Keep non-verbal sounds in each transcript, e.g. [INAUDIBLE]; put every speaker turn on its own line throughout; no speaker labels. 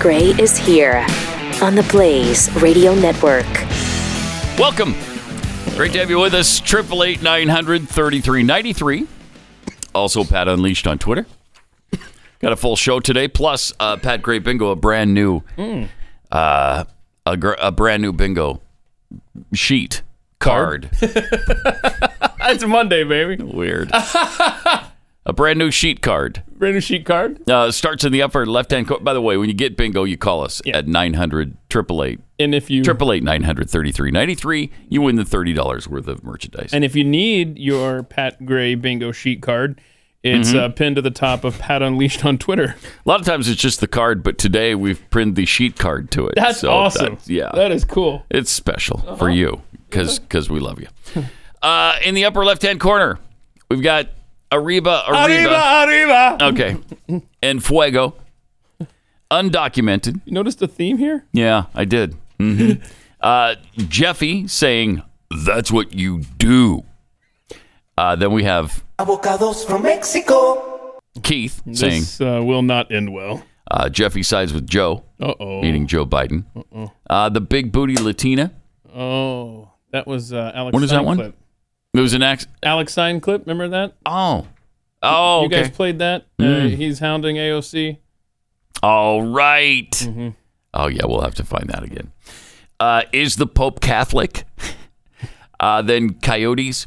Gray is here on the Blaze Radio Network.
Welcome. Great to have you with us. 888 900 3393. Also, Pat Unleashed on Twitter. Got a full show today. Plus, uh, Pat Gray Bingo, a brand new, uh, a, gr- a brand new bingo sheet card.
It's Monday, baby.
Weird. a brand new sheet card.
Brand new sheet card
Uh, starts in the upper left hand corner. By the way, when you get bingo, you call us at 900 888
and if you
Triple eight nine hundred thirty three ninety three. You win the thirty dollars worth of merchandise.
and if you need your Pat Gray bingo sheet card, it's
Mm-hmm.
uh, pinned to the top of Pat Unleashed on Twitter. [LAUGHS]
a lot of times it's just the card, but today we've printed the sheet card to it.
That's
So
awesome.
that's- yeah,
that Uh-huh. is cool.
it's special for you because we love you. uh, in the upper left hand corner, we've got Arriba, Arriba, Oh.
arriba.
okay, and Fuego, undocumented.
You noticed the theme here?
Yeah, I did. hmm uh, Jeffy saying, "That's what you do." Uh, then we have
Abocados from Mexico.
Keith saying,
This uh, will not end well.
Uh, Jeffy sides with Joe,
Uh oh.
meaning Joe Biden. Uh, the big booty Latina.
Oh, that was uh, Alex.
When is that
Stein
one?
Clip.
It was an ex.
Alex Stein clip. Remember that?
Oh, oh,
You
okay. Mm.
guys played that. Uh, he's hounding AOC.
All right. Oh yeah, we'll have to find that again. Uh, is the Pope Catholic? [LAUGHS] Uh, then coyotes,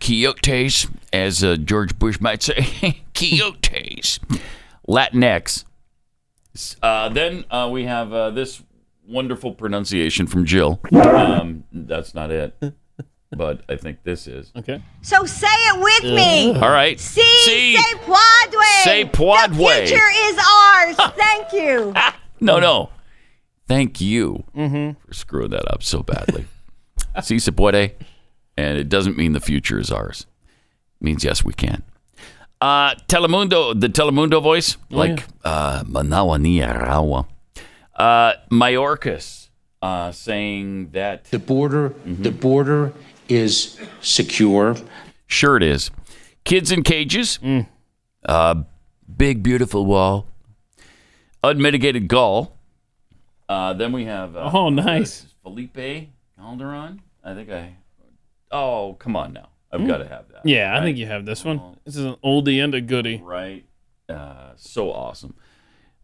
coyotes, as uh, George Bush might say, [LAUGHS] coyotes. Latinx. Uh, then uh, we have uh, this wonderful pronunciation from Jill. Um, that's not it, but I think this is.
Okay.
So say it with
[LAUGHS]
me.
All right.
See, say Quadway.
say Puadway.
The future is ours. Thank you.
No, no. Thank you for screwing that up so badly. [LAUGHS] si se puede. And it doesn't mean the future is ours. It means yes, we can. Uh, Telemundo, the Telemundo voice, like uh, Manawa ni Arawa. Uh, Mayorkas uh, saying that,
The border, the border is secure.
sure it is. Kids in cages,
Mm.
uh, big, beautiful wall, unmitigated gall. Uh, then we have. Uh,
Oh, nice.
This is Felipe Calderon. I think I. Oh, come on now. I've got to have that.
Mm. Yeah, I think you have this one. This is an oldie and a goodie.
Right. Uh, so awesome.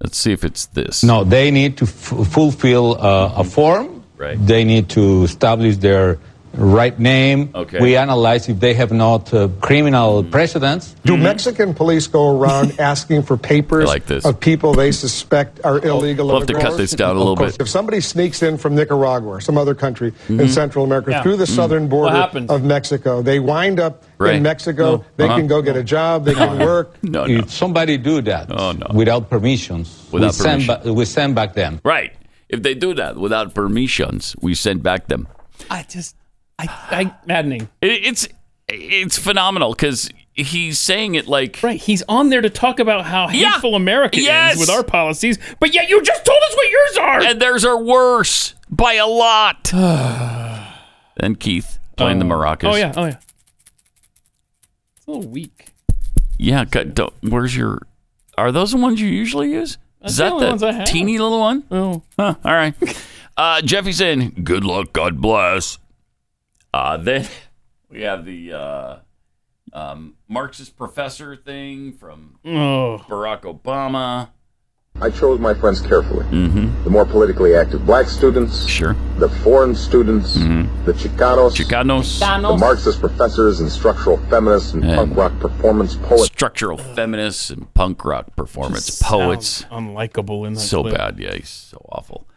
Let's see if it's this.
No, they need to f- fulfill uh, a form.
Right.
They need to establish their right name.
Okay. Hmm.
We analyze if they have not uh, criminal precedents.
Do Mexican police
[LAUGHS]
go around asking for papers
I Mm-hmm. like this.
of people they suspect are illegal?
We'll have to cut this
immigrants?
down a
Of
little
course,
bit. Mm-hmm.
If somebody sneaks in from Nicaragua or some other country in Central America
Yeah.
through the southern border
happens?
of Mexico, they wind up
Right. Uh-huh.
in Mexico.
No.
They can go get a job. They can
[LAUGHS]
work.
No, no.
If somebody do that
no.
without permissions,
Without
we, send
permission.
ba- we send back them.
Right. If they do that without permissions, we send back them.
I just, I, I maddening.
It, it's it's phenomenal because he's saying it like
Right, he's on there to talk about how
Yeah.
hateful America
Yes.
is with our policies, but yet you just told us what yours are.
and theirs are worse by a lot.
[SIGHS]
and Keith playing the maracas.
oh yeah, oh yeah. It's a little weak.
Yeah. Cut, don't, where's your? Are those the ones you usually use? Is
the
that
only ones I
the
have.
teeny little one?
Oh,
Huh, all
[LAUGHS]
right. Uh, Jeffy's in. Good luck. God bless. Uh, then we have the uh, um, Marxist professor thing from
oh,
Barack Obama.
I chose my friends carefully. The more politically active black students,
Sure.
the foreign students, the Chicanos,
Chicanos.
the Marxist professors and structural feminists and
And-
punk rock performance poets.
Structural feminists and punk rock performance poets.
Sounds unlikable in that.
So
clip.
bad. Yeah, he's so awful.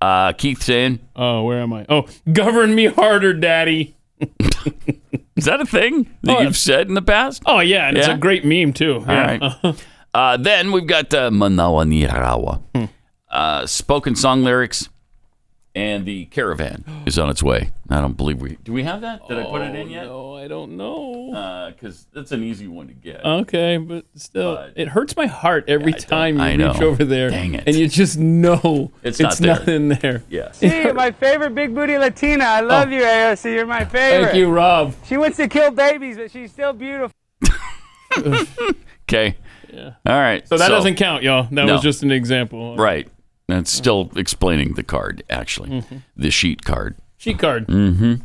Uh, Keith saying,
Oh, where am I? Oh, govern me harder, Daddy.
is that a thing that
Oh,
you've said in the past?
Oh yeah, and it's
Yeah.
a great meme too.
All right.
[LAUGHS]
uh, then we've got uh, Manawa Nirawa.
Hmm.
Uh, spoken song lyrics and the caravan is on its way. I don't believe we do. We have that? Did Oh, I put it in yet?
Oh, No, I don't know.
Because that's an easy one to get.
Okay, but still,
But-
it hurts my heart every time you
I know.
reach over there,
Dang it.
and you just know
It's
it's,
not there.
in there. [LAUGHS] Oh,
yes.
Hey, my favorite big booty Latina. I love you, AOC. You're my favorite.
Thank you, Rob.
She wants to kill babies, but she's still beautiful.
Okay. All right.
So that doesn't Hmm. count, y'all. That
No.
was just an example.
Right. That's still explaining the card, actually,
Mm-hmm.
the sheet card.
Sheet card.
Mm.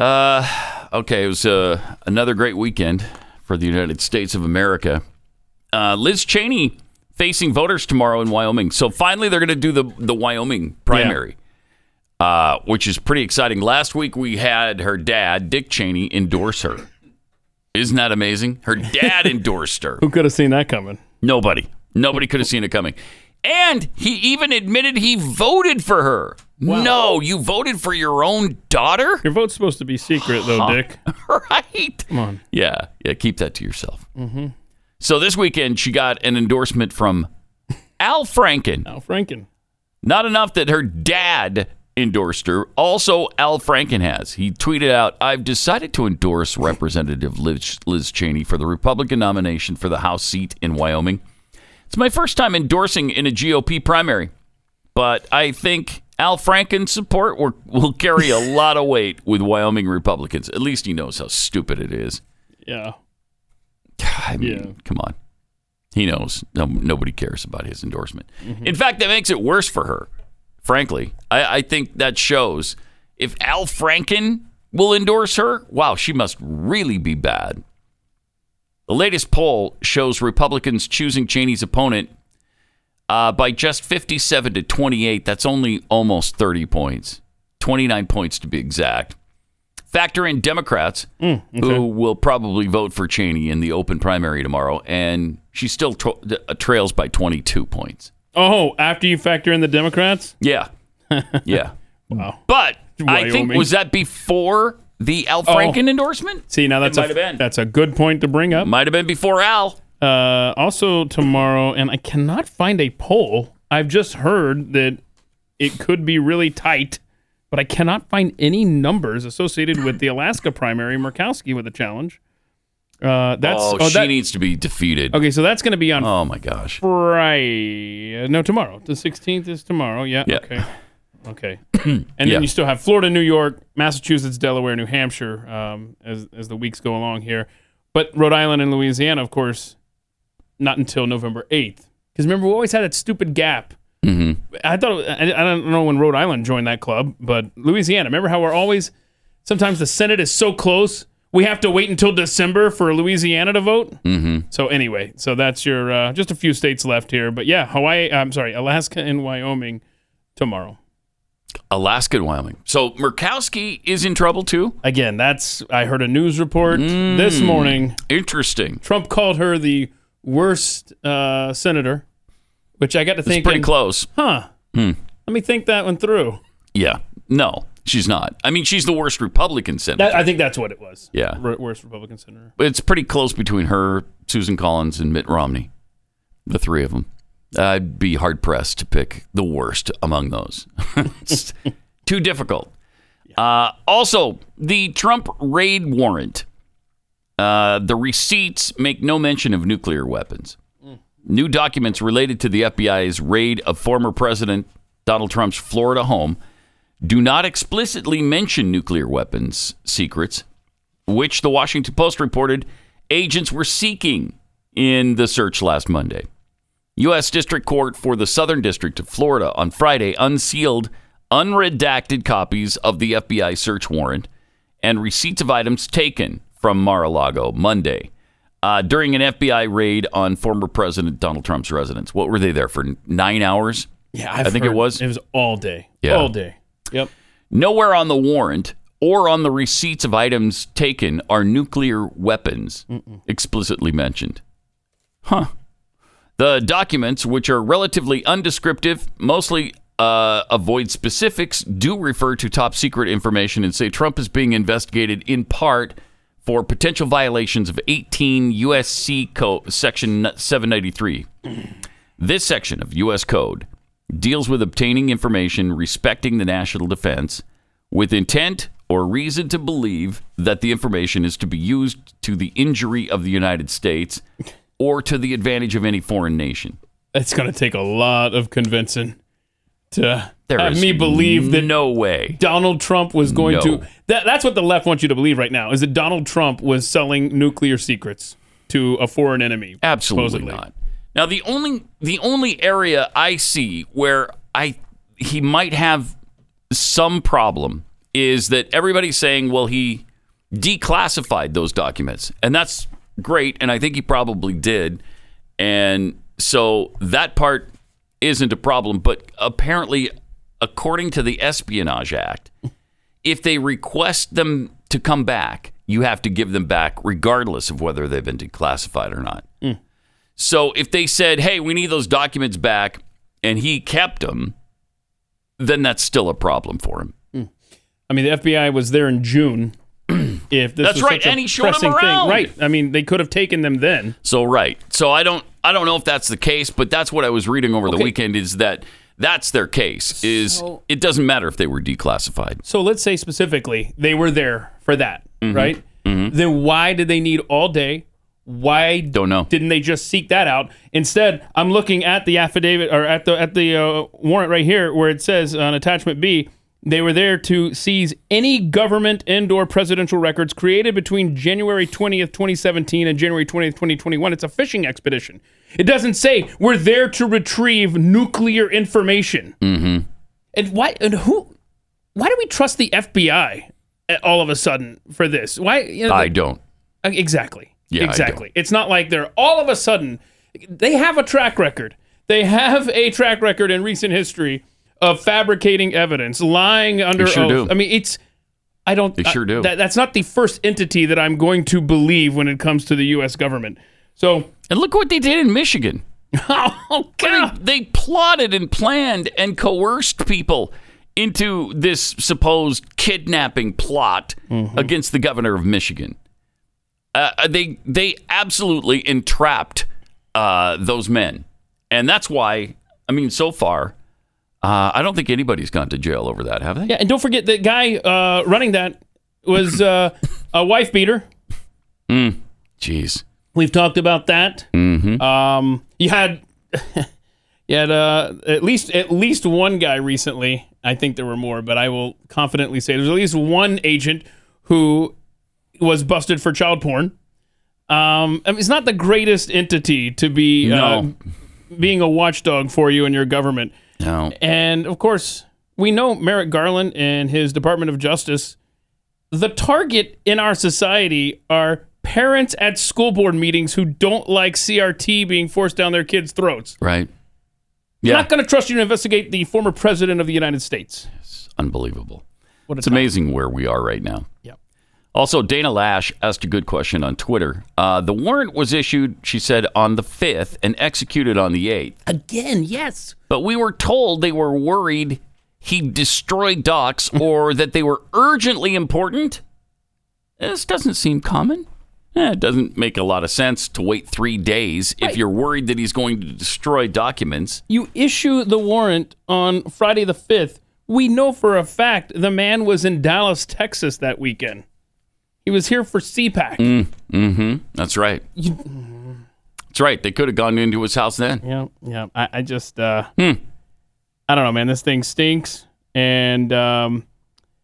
Okay, it was uh, another great weekend for the United States of America. Uh, Liz Cheney facing voters tomorrow in Wyoming. So finally, they're going to do the the Wyoming primary, uh, which is pretty exciting. Last week, we had her dad, Dick Cheney, endorse her. Isn't that amazing? Her dad endorsed her.
Who could have seen that coming?
Nobody, nobody could have seen it coming. And he even admitted he voted for her. No, you voted for your own daughter? [LAUGHS]
Your vote's supposed to be secret, though, Dick.
right? Come
on.
Yeah, yeah. Keep that to yourself. Mm-hmm. So this weekend she got an endorsement from Al Franken.
Al Franken.
Not enough that her dad endorsed her. Also, Al Franken has. He tweeted out, "I've decided to endorse Representative Liz, Liz Cheney for the Republican nomination for the House seat in Wyoming. It's my first time endorsing in a GOP primary, but I think." Al Franken's support will, will carry a lot of weight with Wyoming Republicans. At least he knows how stupid it is.
Yeah.
I mean,
Yeah.
come on. He knows no, nobody cares about his endorsement. In fact, that makes it worse for her, frankly. I, I think that shows if Al Franken will endorse her, wow, she must really be bad. The latest poll shows Republicans choosing Cheney's opponent uh, by just 57 to 28. That's only almost 30 points, 29 points to be exact. Factor in Democrats who will probably vote for Cheney in the open primary tomorrow, and she still tro- uh, trails by 22 points.
Oh, after you factor in the Democrats? [LAUGHS]
Yeah. Yeah.
Wow.
But I think,
Wyoming. Oh.
was that before the Al Franken endorsement?
See, now that's
It
a,
might have been.
that's a good point to bring up.
Might have been before Al.
Uh, also tomorrow, and I cannot find a poll. I've just heard that it could be really tight, but I cannot find any numbers associated with the Alaska primary. Murkowski with a challenge. Uh, that's
oh, she
that-
needs to be defeated.
okay. So that's going to be on
Oh, my gosh.
Friday. No, tomorrow. The sixteenth is tomorrow. Yeah.
Yeah. [COUGHS]
Okay. Okay. and then
Yeah.
you still have Florida, New York, Massachusetts, Delaware, New Hampshire um, as as the weeks go along here, but Rhode Island and Louisiana, of course, not until November eighth. Because remember, we always had that stupid gap.
Mm-hmm.
I thought it- I, I don't know when Rhode Island joined that club, but Louisiana. Remember how we're always sometimes the Senate is so close. We have to wait until December for Louisiana to vote. So anyway, so that's your uh, just a few states left here, but yeah, Hawaii. I'm sorry, Alaska and Wyoming tomorrow.
Alaska and Wyoming. So Murkowski is in trouble, too?
Again, that's I heard a news report this
Mm.
morning.
Interesting.
Trump called her the worst uh, senator, which I got to
It's
think.
pretty close.
Huh. Let me think that one through.
Yeah. No, she's not. I mean, she's the worst Republican senator.
That, I think that's what it was.
Yeah.
Wor- worst Republican senator.
it's pretty close between her, Susan Collins, and Mitt Romney, the three of them. I'd be hard pressed to pick the worst among those. [LAUGHS] it's too difficult. Uh, also, the Trump raid warrant. Uh, the receipts make no mention of nuclear weapons. New documents related to the FBI's raid of former President Donald Trump's Florida home do not explicitly mention nuclear weapons secrets which the Washington Post reported agents were seeking in the search last Monday. U.S. District Court for the Southern District of Florida on Friday unsealed unredacted copies of the FBI search warrant and receipts of items taken from Mar a Lago Monday uh, during an FBI raid on former President Donald Trump's residence. What were they there for? Nine hours?
Yeah,
I think it was.
It was all day.
Yeah.
All day. Yep.
Nowhere on the warrant or on the receipts of items taken are nuclear weapons explicitly mentioned. Huh. The documents, which are relatively undescriptive, mostly uh, avoid specifics, do refer to top secret information and say Trump is being investigated in part for potential violations of 18 U.S.C. Co- Section 793. [CLEARS THROAT] This section of U.S. Code deals with obtaining information respecting the national defense with intent or reason to believe that the information is to be used to the injury of the United States or to the advantage of any foreign nation.
It's gonna take a lot of convincing to
There
have
is
me believe that
no way.
Donald Trump was going
No.
to. That, that's what the left wants you to believe right now is that Donald Trump was selling nuclear secrets to a foreign enemy.
Absolutely
supposedly.
not. Now the only the only area I see where I he might have some problem is that everybody's saying, well, he declassified those documents, and that's great, and I think he probably did, and so that part isn't a problem. But apparently, according to the Espionage Act, if they request them to come back, you have to give them back regardless of whether they've been declassified or not. So if they said, "Hey, we need those documents back," and he kept them, then that's still a problem for him.
I mean, the FBI was there in June. [CLEARS THROAT] if this
That's
was
right,
such a
and he showed 'em
pressing
around.
thing, right? I mean, they could have taken them then.
So right. So I don't I don't know if that's the case, but that's what I was reading over the
Okay.
weekend is that that's their case is
So-
it doesn't matter if they were declassified.
So let's say specifically they were there for that,
Mm-hmm.
right? Then why did they need all day? Why
Don't know.
didn't they just seek that out? Instead, I'm looking at the affidavit or at the at the uh, warrant right here where it says on attachment B they were there to seize any government and or presidential records created between January 20th, 2017 and January 20th, 2021. It's a fishing expedition. It doesn't say we're there to retrieve nuclear information. Mm-hmm. And why and who why do we trust the FBI a- eh, all of a sudden for this? Why you know,
I don't.
uh, Exactly.
Yeah, I don't.
exactly. It's not like they're all of a sudden they have a track record. They have a track record in recent history of fabricating evidence, lying under
sure
oath.
do.
I mean, it's I don't
They sure
I-
do.
that- that's not the first entity that I'm going to believe when it comes to the US government. So, [LAUGHS]
And look what they did in Michigan.
oh
They,
god.
they plotted and planned and coerced people into this supposed kidnapping plot
Mm-hmm.
against the governor of Michigan. Uh, they they absolutely entrapped uh, those men, and that's why I mean, so far, uh, I don't think anybody's gone to jail over that, have they?
Yeah, and don't forget that guy uh, running that was uh, a wife beater.
Jeez.
We've talked about that. Um, you had [LAUGHS] you had uh, at least at least one guy recently. I think there were more, but I will confidently say there's at least one agent who was busted for child porn. Um, I mean, it's not the greatest entity to be
No.
uh, being a watchdog for you and your government.
No.
And of course, we know Merrick Garland and his Department of Justice. The target in our society are parents at school board meetings who don't like CRT being forced down their kids' throats.
Right.
I'm
Yeah.
Not going to trust you to investigate the former president of the United States.
Unbelievable.
What a
It's amazing where we are right now.
Yep.
Also, Dana Lash asked a good question on Twitter. Uh, the warrant was issued, she said, on the 5th and executed on the 8th.
Again, yes.
But we were told they were worried he destroyed
[LAUGHS]
docs or that they were urgently important. This doesn't seem common. Eh, it doesn't make a lot of sense to wait three days if you're worried that he's going to destroy documents.
You issue the warrant on Friday the 5th. We know for a fact the man was in Dallas, Texas that weekend. He was here for CPAC.
Mm, mm-hmm. That's right. That's right. They could have gone into his house then.
Yeah, yeah. I, I just, uh, I don't know, man. This thing stinks. And um,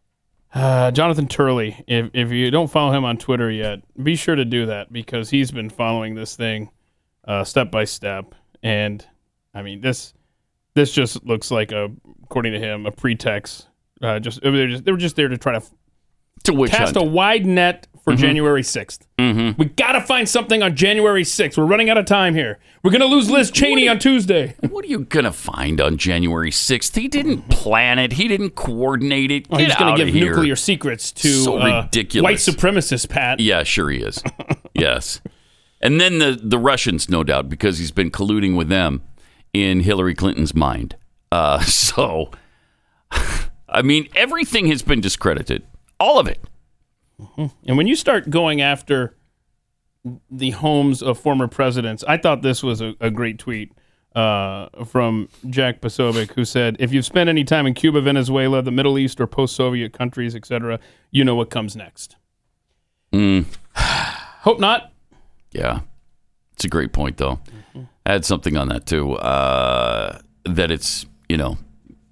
[SIGHS] uh, Jonathan Turley, if, if you don't follow him on Twitter yet, be sure to do that because he's been following this thing uh, step by step. And I mean, this this just looks like a, according to him, a pretext. Uh, just they were just they were just there to try to f-
To witch
cast
hunt.
a wide net for January 6th. Mm-hmm. We got to find something on January 6th. We're running out of time here. We're going to lose Liz Cheney on Tuesday.
What are you gonna find on January sixth? He didn't plan it. He didn't coordinate it.
Mm-hmm. Oh,
Get
he's going
out
to
of
give
here.
nuclear secrets to
So
uh,
ridiculous.
white supremacist Pat.
Yeah, sure he
[LAUGHS]
is. yes, and then the the Russians, no doubt, because he's been colluding with them in Hillary Clinton's mind. Uh, [LAUGHS] so, I mean, everything has been discredited. All of it.
And when you start going after the homes of former presidents, I thought this was a, a great tweet uh, from Jack Posobiec, who said, "If you've spent any time in Cuba, Venezuela, the Middle East, or post-Soviet countries, etc., you know what comes next."
Hmm.
Hope not.
Yeah, it's a great point though.
Mm-hmm.
I had something on that too. Uh, that it's you know,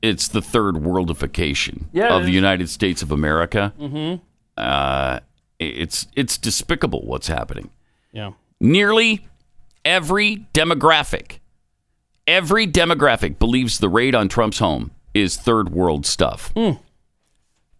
it's the third worldification
Yeah,
of
it
the
is.
United States of America. Mm-hmm. Uh, it's it's despicable what's happening.
Yeah.
Nearly Every demographic, every demographic believes the raid on Trump's home is third world stuff.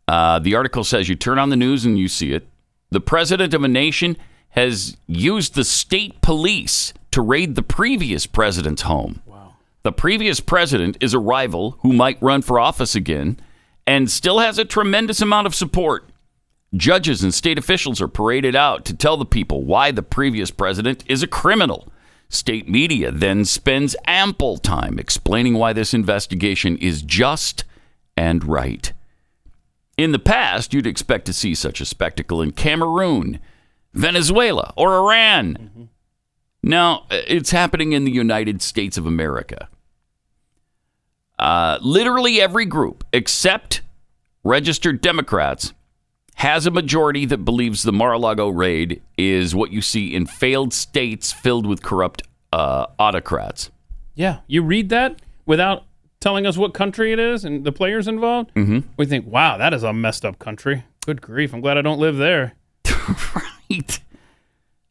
Uh, the article says you turn on the news and you see it. The president of a nation has used the state police to raid the previous president's home. Wow. The previous president is a rival who might run for office again and still has a tremendous amount of support. Judges and state officials are paraded out to tell the people why the previous president is a criminal. State media then spends ample time explaining why this investigation is just and right. In the past, you'd expect to see such a spectacle in Cameroon, Venezuela, or Iran. Now, it's happening in the United States of America. Uh, literally every group except registered Democrats has a majority that believes the Mar-a-Lago raid is what you see in failed states filled with corrupt uh, autocrats.
Yeah, you read that without telling us what country it is and the players involved. Mm-hmm. We think, wow, that is a messed up country. Good grief! I'm glad I don't live there.
right.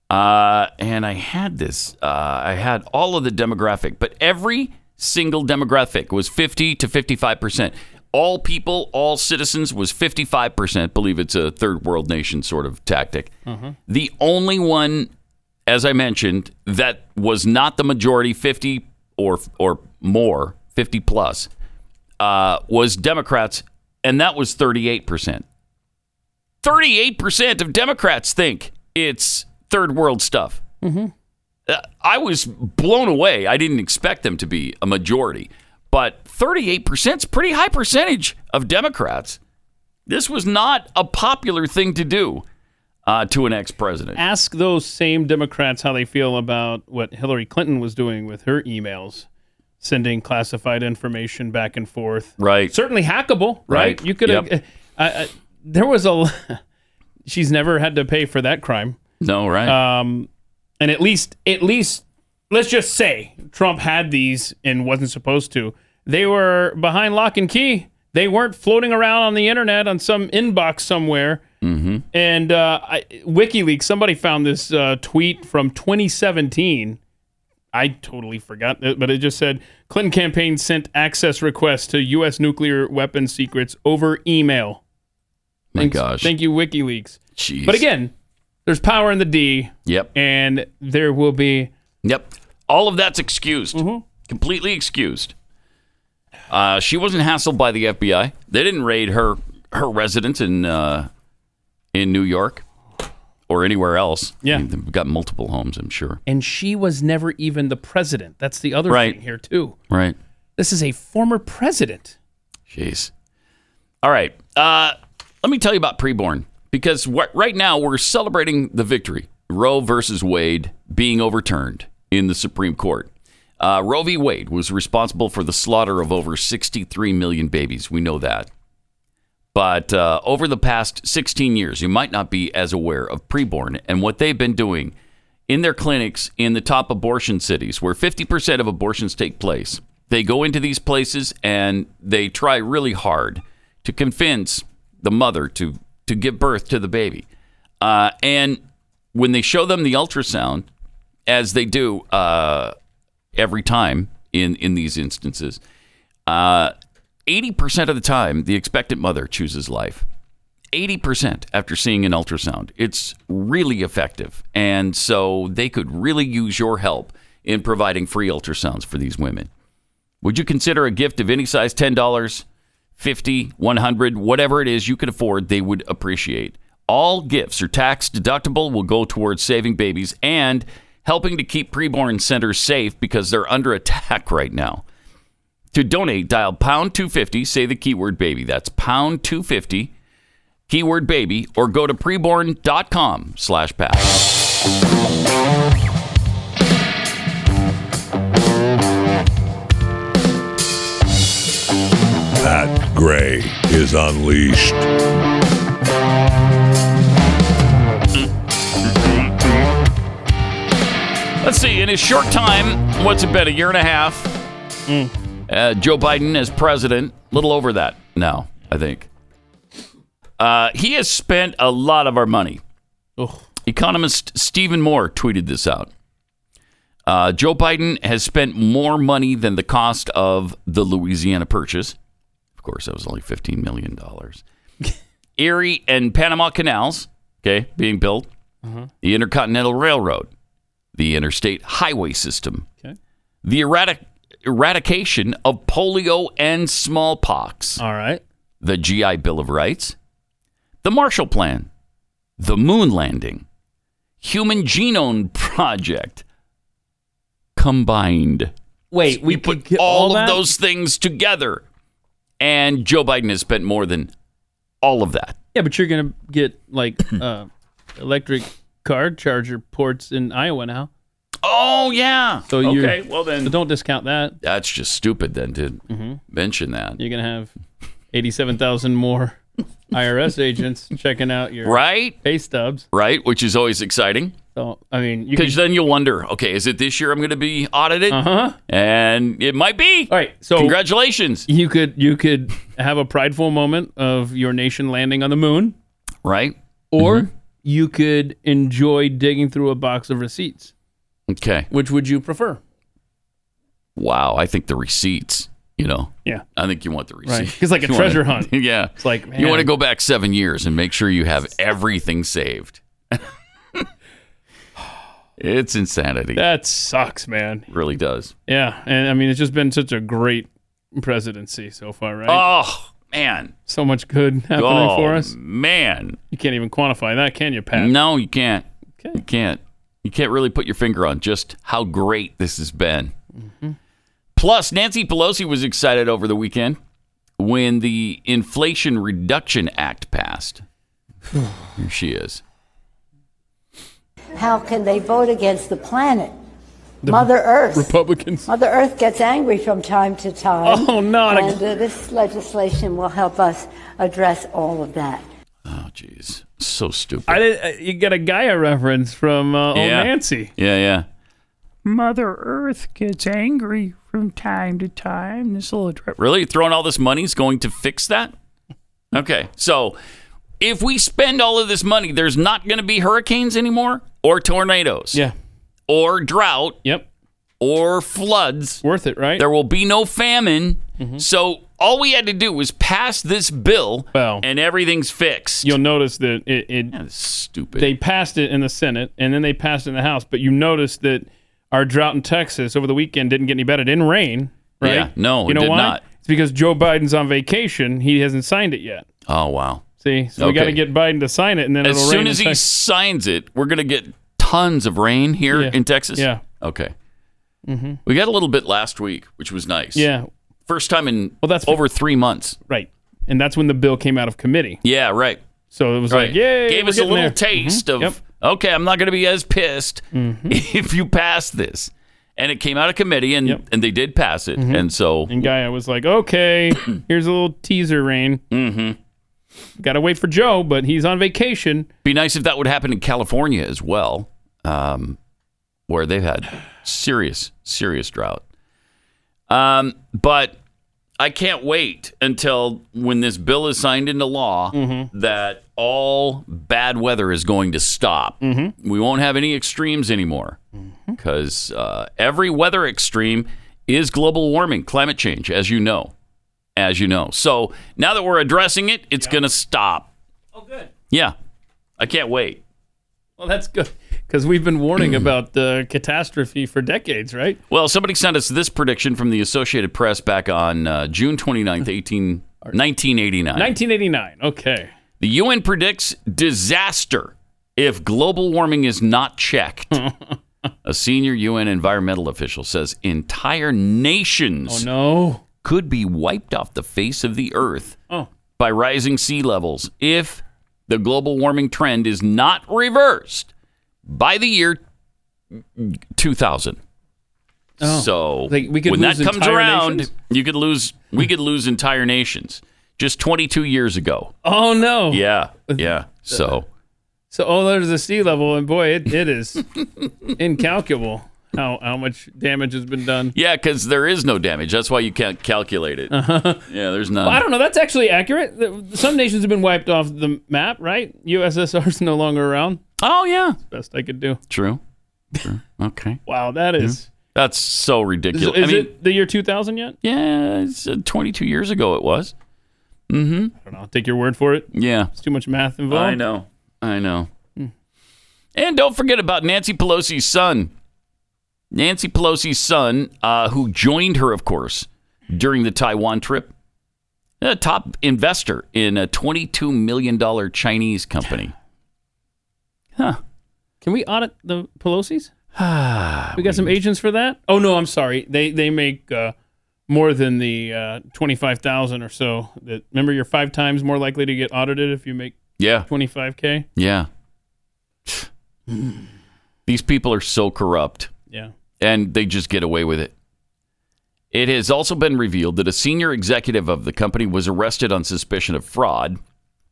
Uh, and I had this. Uh, I had all of the demographic, but every single demographic was 50 to 55 percent. All people, all citizens was 55 percent believe it's a third world nation sort of tactic. The only one, as I mentioned, that was not the majority, 50 or or more, 50 plus, uh, was Democrats, and that was 38 percent. 38% of Democrats think it's third world stuff. Uh, I was blown away. I didn't expect them to be a majority, but 38% is pretty high percentage of Democrats. This was not a popular thing to do uh, to an ex president.
Ask those same Democrats how they feel about what Hillary Clinton was doing with her emails, sending classified information back and forth.
Right.
certainly hackable, right?
Right.
You could have.
Yep.
I, I, uh, there was a. l- [LAUGHS] she's never had to pay for that crime,
No, right.
um, and at least, at least, let's just say Trump had these and wasn't supposed to. They were behind lock and key. They weren't floating around on the internet on some inbox somewhere. Mm-hmm. And uh, I, WikiLeaks, somebody found this uh, tweet from 2017. I totally forgot, it, but it just said Clinton campaign sent access requests to U.S. nuclear weapon secrets over email.
My
Thanks-
gosh.
Thank you, WikiLeaks.
Jeez.
But again, there's power in the D,
yep.
and there will be.
Yep. All of that's excused.
Mm-hmm.
Completely excused. Uh, she wasn't hassled by the FBI. They didn't raid her her residence in uh, in New York or anywhere else.
Yeah.
I mean, they've got multiple homes, I'm sure.
And she was never even the president. That's the other
Right.
thing here too.
Right.
This is a former president.
Jeez. All right. Uh, let me tell you about preborn because wh- right now we're celebrating the victory Roe versus Wade being overturned in the Supreme Court. Uh, Roe v. Wade was responsible for the slaughter of over 63 million babies. We know that. But uh, over the past 16 years, you might not be as aware of preborn and what they've been doing in their clinics in the top abortion cities where 50% of abortions take place. They go into these places and they try really hard to convince the mother to, to give birth to the baby. Uh, and when they show them the ultrasound, as they do uh, every time in, in these instances, uh, 80% of the time, the expectant mother chooses life. 80% after seeing an ultrasound. It's really effective. And so they could really use your help in providing free ultrasounds for these women. Would you consider a gift of any size $10, 50, 100, whatever it is you can afford, they would appreciate. All gifts are tax deductible, will go towards saving babies and helping to keep preborn centers safe because they're under attack [LAUGHS] right now. To donate, dial pound 250, say the keyword baby. That's pound 250, keyword baby, or go to preborn.com slash pass.
Pat Gray is unleashed.
Let's see, in his short time, what's it been, a year and a half? Uh, Joe Biden as president, a little over that now, I think. Uh, he has spent a lot of our money.
Ugh.
Economist Stephen Moore tweeted this out. Uh, Joe Biden has spent more money than the cost of the Louisiana purchase. Of course, that was only $15 million. Erie and Panama canals, okay, being built. The Intercontinental Railroad, the interstate highway system, the erratic, eradication of polio and smallpox. All right. The GI Bill of Rights, the Marshall Plan, the moon landing, Human Genome [LAUGHS] Project combined.
Wait, we
put
could get
all,
all
of
that?
those things together, and Joe Biden has spent more than all of that.
Yeah, but you're gonna get
[CLEARS THROAT]
like uh, electric car charger ports in Iowa now.
Oh yeah.
So you
okay, well then,
don't discount that.
That's just stupid then to
Mm-hmm.
mention that.
You're gonna have eighty-seven thousand more
[LAUGHS]
IRS agents checking out your
Right?
pay stubs.
right? Which is always exciting.
So I mean,
because then you'll wonder, okay, is it this year I'm going to be audited?
Uh-huh.
And it might be.
All right, so
congratulations.
You could you could have a prideful moment of your nation landing on the moon,
right?
Or you could enjoy digging through a box of receipts.
Okay.
Which would you prefer?
Wow, I think the receipts. You know.
Yeah.
I think you want the receipts.
[LAUGHS] Right. It's [LAUGHS] like a
You wanna-
treasure hunt.
[LAUGHS] yeah.
It's like
You want to
man.
go back seven years and make sure you have everything saved. [LAUGHS] it's insanity.
That sucks, man.
really does.
Yeah, and I mean it's just been such a great presidency so far, right?
Oh man,
so much good [LAUGHS] happening
Oh,
for us.
Man,
you can't even quantify that, can you, Pat?
No, you can't. You can't. You can't really put your finger on just how great this has been. Plus, Nancy Pelosi was excited over the weekend when the Inflation Reduction Act passed. Here she is.
How can they vote against the planet? Mother Earth.
Republicans.
Mother Earth gets angry from time to time.
Oh, not ag-
And uh, this legislation will help us address all of that.
Oh, jeez. So stupid.
I did, uh, you got a Gaia reference from uh, old
yeah.
Nancy.
Yeah, yeah.
Mother Earth gets angry from time to time. This little address.
Really? Throwing all this money is going to fix that? Okay. So if we spend all of this money, there's not going to be hurricanes anymore or tornadoes.
Yeah.
Or drought.
Yep.
Or floods.
Worth it, right?
There will be no famine.
Mm-hmm.
So all we had to do was pass this bill and everything's fixed.
You'll notice that it, it
stupid.
They passed it in the Senate and then they passed it in the House, but you notice that our drought in Texas over the weekend didn't get any better. It didn't rain, right?
Yeah, no,
you
it
know
did
why?
not.
It's because Joe Biden's on vacation. He hasn't signed it yet.
Oh, wow.
See, so we
Okay.
got to get Biden to sign it, and then
As
it'll rain
soon as
in
he
Texas.
signs it, we're going to get tons of rain here
Yeah.
in Texas.
Yeah.
Okay.
Mhm.
We got a little bit last week, which was nice.
Yeah.
First time in well, that's over three months.
Right. And that's when the bill came out of committee.
Yeah, right.
So it was
Right.
like, yay.
Gave
we're
us a
getting
little
there.
taste
Mhm.
of,
Yep. Mm-hmm.
okay, I'm not going to be as pissed [LAUGHS] if you pass this. And it came out of committee, and, and they did pass it.
Mhm.
And so,
And Gaia was
[CLEARS THROAT]
like, okay, here's a little teaser rain. Mm-hmm. Got to wait for Joe, but he's on vacation.
be nice if that would happen in California as well, um, where they've had serious, serious drought. Um, but I can't wait until when this bill is signed into law
Mm-hmm.
that all bad weather is going to stop.
Mm-hmm.
We won't have any extremes anymore because uh, every weather extreme is global warming, climate change, as you know. As you know. So now that we're addressing it, it's going to stop.
Oh, good.
Yeah. I can't wait.
Well, that's good because we've been
[CLEARS THROAT]
warning about the catastrophe for decades, right?
Well, somebody sent us this prediction from the Associated Press back on uh, June 29th, 18, 1989.
1989. Okay.
The UN predicts disaster if global warming is not checked. A senior UN environmental official says entire
Oh,
nations could be wiped off the face of the earth
Oh.
by rising sea levels if the global warming trend is not reversed by the year 2000.
Oh.
So
Like, we could
when that
lose
comes
entire
around,
nations?
you could lose we could lose entire nations just 22 years ago.
Oh, no.
Yeah. Yeah. So
So, oh, there's a sea level, and boy, it,
[LAUGHS]
it is incalculable how, how much damage has been done.
yeah, because there is no damage. That's why you can't calculate it. Yeah, there's none.
Uh-huh. Well, I don't know. That's actually accurate. The- Some nations have been wiped off the map, right? USSR's [LAUGHS] no longer around.
Oh yeah,
best I could do.
True. Sure. Okay.
Wow, that is.
That's so
Is,
ridiculous.
is
Hmm. I mean,
it the year 2000 yet?
Yeah, it's, uh, 22 years ago it was. Mm-hmm. I
don't know. I'll take your word for it.
Yeah.
It's too much math involved.
I know. I know. And don't forget about Nancy Pelosi's son. Nancy Pelosi's son, uh, who joined her, of course, during the Taiwan trip, a top investor in a $22 million Chinese company.
Can we audit the Pelosi's? we got some agents for that. Oh no, I'm sorry. They they make uh, more than the uh, twenty five thousand or so. That remember, you're five times more likely to get audited if you make
[SIGHS] Yeah.
twenty five k.
Yeah. [SIGHS] These people are so corrupt.
Yeah. [LAUGHS]
And they just get away with it. It has also been revealed that a senior executive of the company was arrested on suspicion of fraud.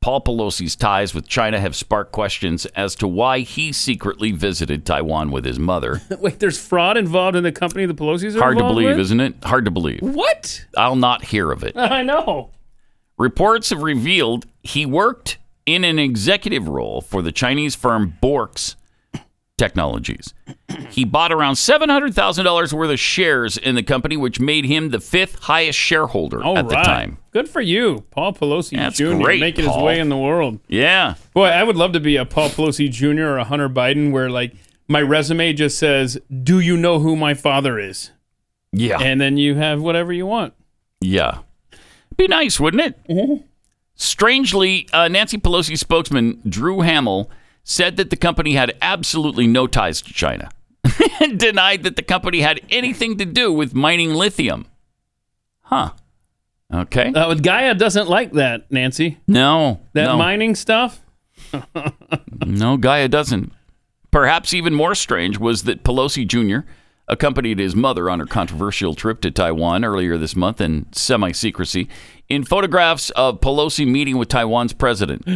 Paul Pelosi's ties with China have sparked questions as to why he secretly visited Taiwan with his mother.
Wait, there's fraud involved in the company the Pelosi's are
Hard to
involved
believe,
with?
isn't it? Hard to believe.
What? [LAUGHS]
I'll not hear of it.
I know.
Reports have revealed he worked in an executive role for the Chinese firm Borks Technologies. He bought around $700,000 worth of shares in the company, which made him the fifth highest shareholder
All
at the
right.
time.
Good for you, Paul Pelosi
That's
Jr.
great,
making his
Paul.
way in the world.
Yeah.
Boy, I would love to be a Paul Pelosi Jr. or a Hunter Biden, where like my resume just says, "Do you know who my father is?"
Yeah.
and then you have whatever you want.
Yeah. Be nice, wouldn't it?
Mm-hmm.
Strangely, uh, Nancy Pelosi spokesman Drew Hamill said that the company had absolutely no ties to China [LAUGHS] and denied that the company had anything to do with mining lithium. Huh. Okay.
Uh, Gaia doesn't like that, Nancy.
No.
That
no.
mining stuff.
No, Gaia doesn't. Perhaps even more strange was that Pelosi Jr. accompanied his mother on her controversial trip to Taiwan earlier this month in semi secrecy in photographs of Pelosi meeting with Taiwan's president.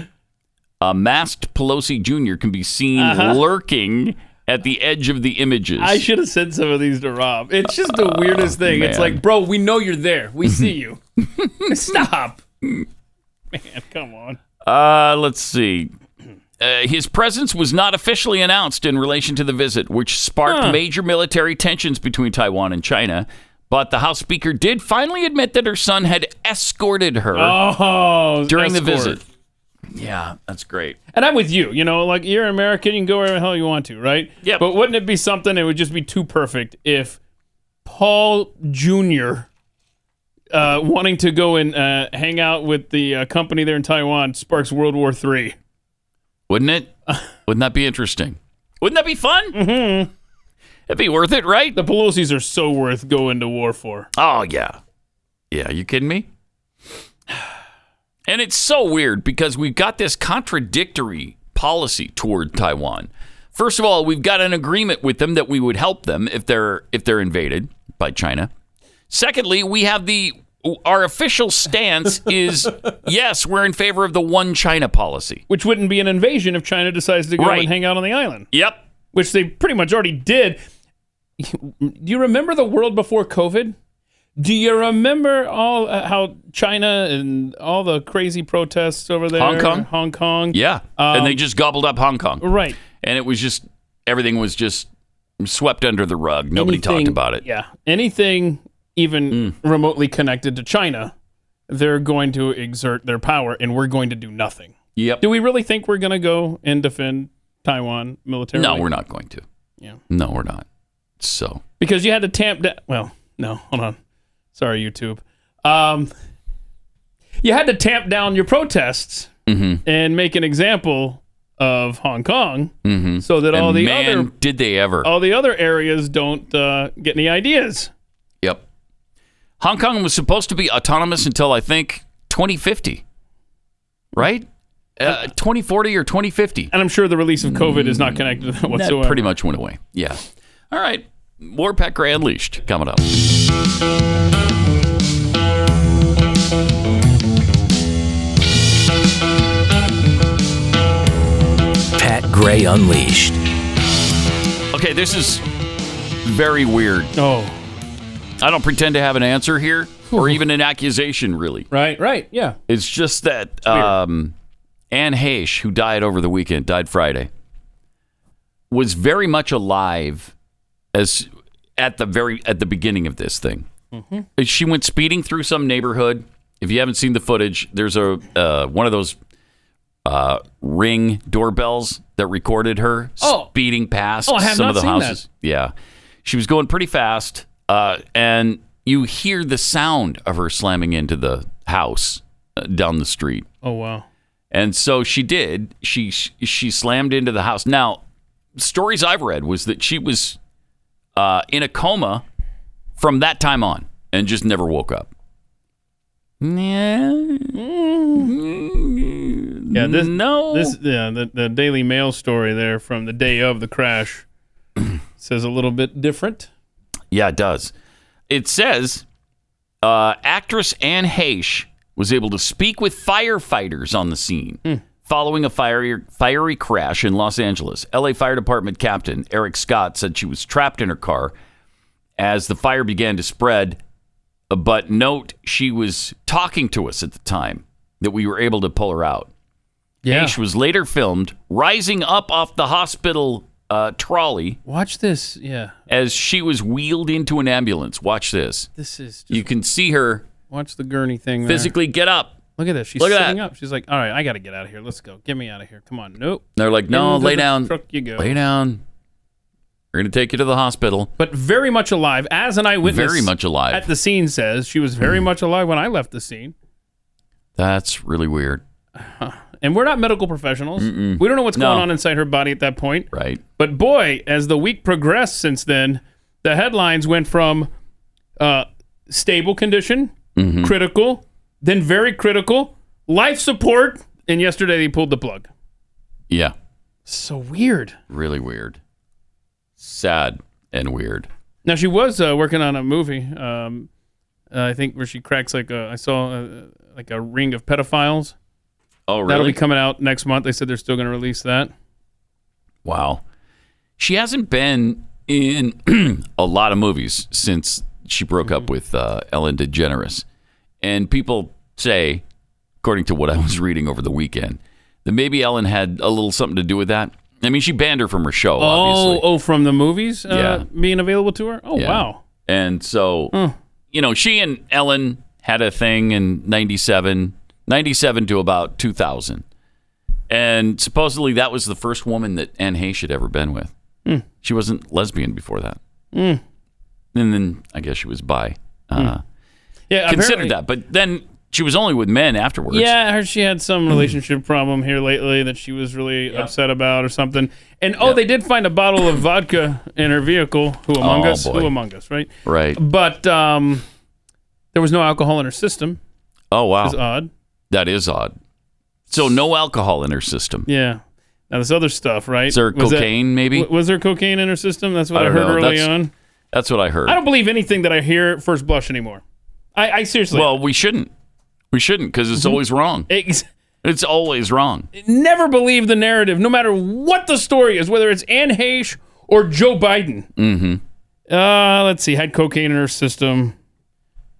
A masked Pelosi Jr. can be seen
Uh-huh.
lurking at the edge of the images.
I should have sent some of these to Rob. It's just the weirdest thing. It's
Oh, man.
like, bro, we know you're there. We
[LAUGHS]
see you. Stop. Man, come on.
Uh, let's see. Uh, his presence was not officially announced in relation to the visit, which sparked
Huh.
major military tensions between Taiwan and China. But the House Speaker did finally admit that her son had escorted her
Oh,
during the
escort.
visit. Yeah, that's great.
And I'm with you. You know, like you're American, you can go wherever the hell you want to, right? Yeah. But wouldn't it be something? It would just be too perfect if Paul Jr. Uh, wanting to go and uh, hang out with the uh, company there in Taiwan sparks World War Three.
Wouldn't
[LAUGHS]
it? Wouldn't that be interesting? Wouldn't that be fun? Mm-hmm. It'd be worth it, right?
The Pelosi's are so worth going to war for.
Oh yeah, yeah. You kidding me? And it's so weird because we've got this contradictory policy toward Taiwan. First of all, we've got an agreement with them that we would help them if they're if they're invaded by China. Secondly, we have the our official stance
[LAUGHS]
is yes, we're in favor of the one China policy.
which wouldn't be an invasion if China decides to go
Right.
and hang out on the island.
Yep.
Which they pretty much already did. [LAUGHS] Do you remember the world before COVID? Do you remember all uh, how China and all the crazy protests over there?
Hong Kong?
Hong Kong.
Yeah.
Um,
and they just gobbled up Hong Kong.
Right.
And it was just everything was just swept under the rug. Nobody talked
anything-
about it. Hmm.
Yeah. Anything even remotely connected to China, they're going to exert their power and we're going to do nothing.
Yep.
Do we really think we're going to go and defend Taiwan militarily?
No, we're not going to.
Yeah.
No, we're not. So
because you had to tamp down. Well, no, hold on. Sorry, YouTube. Um, you had to tamp down your protests
Mm-hmm.
and make an example of Hong Kong, so that all
Mm-hmm. And
the
man,
other Oh.
did they ever?
all the other areas don't uh, get any ideas.
Yep. Hong Kong was supposed to be autonomous until I think 2050, right? Uh, 2040 or 2050.
And I'm sure the release of COVID is not connected to that whatsoever.
That pretty much went away. Yeah. All right. More Pat Gray Unleashed coming up.
Pat Gray Unleashed.
Okay, this is very weird.
Oh.
I don't pretend to have an answer here or even an accusation, really.
Right, right, yeah.
It's just that um, Anne Heche, who died over the weekend, died Friday, was very much alive as at the very at the beginning of this thing.
Mhm.
She went speeding through some neighborhood. If you haven't seen the footage, there's a uh, one of those uh, ring doorbells that recorded her
Oh.
speeding past
Oh, I have
some of the
not seen
houses. Yeah, she was going pretty fast, uh, and you hear the sound of her slamming into the house uh, down the street.
Oh wow.
And so she did. She she slammed into the house. Now, stories I've read was that she was uh, in a coma from that time on and just never woke up. [LAUGHS]
Yeah, this
no.
This yeah, the, the Daily Mail story there from the day of
[CLEARS THROAT]
the crash says a little bit different.
Yeah, it does. It says uh, actress Anne Heche was able to speak with firefighters on the scene following a fiery, fiery crash in Los Angeles. LA Fire Department Captain Eric Scott said she was trapped in her car as the fire began to spread. uh, But note she was talking to us at the time that we were able to pull her out.
Yeah.
Heche was later filmed rising up off the hospital uh, trolley
Watch this. Yeah.
as she was wheeled into an ambulance. Watch this.
This is
You can see her
watch the gurney thing there.
physically get up.
Look at this. She's
Look at
sitting
that.
up. She's like, "All right, I got to get out of here. Let's go. Get me out of here. Come on." Nope.
They're like, no,
Into
lay
the
down.
Truck you go.
Lay down. We're going to take you to the hospital.
But very much alive as an eyewitness.
Very much alive. Mm.
At the scene says she was very much alive when I left the scene.
That's really weird.
And we're not medical professionals.
Mm-mm.
We don't know what's
No.
going on inside her body at that point.
Right.
But boy, as the week progressed since then, the headlines went from uh, stable condition,
Mhm.
critical, then very critical, life support, and yesterday they pulled the plug.
Yeah.
So weird.
Really weird. Sad and weird.
Now she was uh, working on a movie. Um, uh, I think where she cracks like a, I saw uh like a ring of pedophiles.
Oh,
That'll
really?
be coming out next month. They said they're still going to release that.
Wow. She hasn't been in [CLEARS THROAT] a lot of movies since she broke up with uh, Ellen DeGeneres. And people say, according to what I was reading over the weekend, that maybe Ellen had a little something to do with that. I mean, she banned her from her show, obviously.
oh, oh, from the movies uh,
Yeah.
being available to her. Oh,
Yeah.
wow.
And so,
Hmm.
you know, she and Ellen had a thing in 97, 97 to about 2000. And supposedly that was the first woman that Anne Hayes had ever been with.
Hmm.
She wasn't lesbian before that.
Mm.
And then I guess she was bi. Uh,
Yeah,
Considered
Hmm. apparently-
that. But then she was only with men afterwards.
Yeah, I heard she had
Hmm.
some relationship problem here lately that she was really upset about or something. And oh, they did find a bottle of vodka in her vehicle. Who among
Oh,
us?
boy.
Who among us? Right.
Right.
But um, there was no alcohol in her system.
Oh, wow.
It's uh, odd.
That is odd. So no alcohol in her system.
Yeah. Now this other stuff, right?
Is there
Was that-
cocaine, maybe?
w- was there cocaine in her system? That's what I,
don't
heard
know.
early
That's-
on.
That's what I heard.
I don't believe anything that I hear at first blush anymore. I, I seriously.
Well, we shouldn't. We shouldn't because
Mm-hmm.
it's always wrong.
Ex-
it's always wrong.
never believe the narrative, no matter what the story is, whether it's Anne Heche or Joe Biden.
Mm-hmm.
Uh, let's see. Had cocaine in her system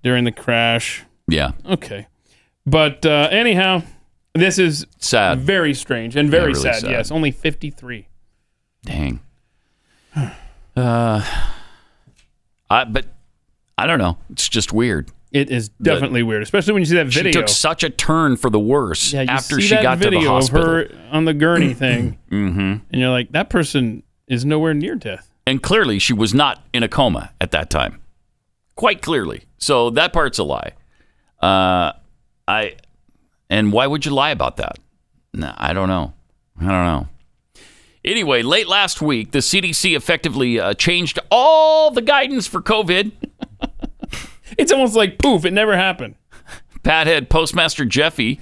during the crash.
Yeah.
Okay. But uh, anyhow, this is
sad,
very strange, and
Uh,
very
Yeah, really
sad,
sad.
Yes, only fifty-three.
Dang. Uh, I but I don't know. It's just weird.
It is Definitely weird, especially when you see that video.
She took such a turn for the worse
Yeah, you
after
see
she
that
got
video
to the hospital.
of her on the
[CLEARS THROAT]
gurney thing,
hmm
and you're like, that person is nowhere near death.
And clearly, she was not in a coma at that time. Quite clearly. So that part's a lie. Uh, I and why would you lie about that? No, I don't know. I don't know. Anyway, late last week, the CDC effectively uh, changed all the guidance for COVID.
it's almost like poof, it never happened.
Pathead Postmaster Jeffy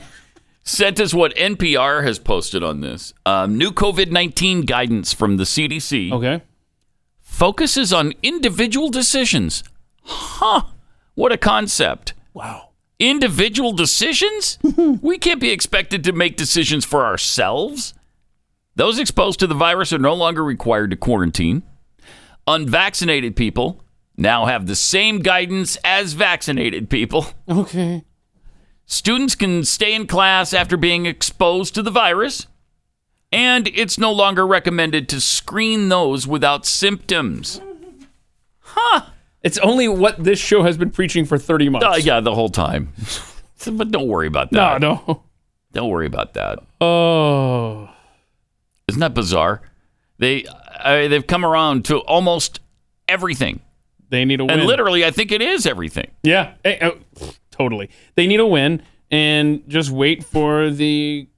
sent us what NPR has posted on this. Um, new COVID 19 guidance from the CDC.
Okay.
Focuses on individual decisions. Huh. What a concept.
Wow.
Individual
[LAUGHS]
decisions? we can't be expected to make decisions for ourselves. Those exposed to the virus are no longer required to quarantine. Unvaccinated people now have the same guidance as vaccinated people.
Okay.
Students can stay in class after being exposed to the virus. And it's no longer recommended to screen those without symptoms.
Huh. It's only what this show has been preaching for 30 months.
Uh, yeah, the whole time. [LAUGHS] but don't worry about that.
Oh, No, no. [LAUGHS]
Don't worry about that.
Oh.
Isn't that bizarre? They uh, they've come around to almost everything.
They need a win.
And literally, I think it is everything.
Yeah, eh, oh, totally. They need a win and just wait for the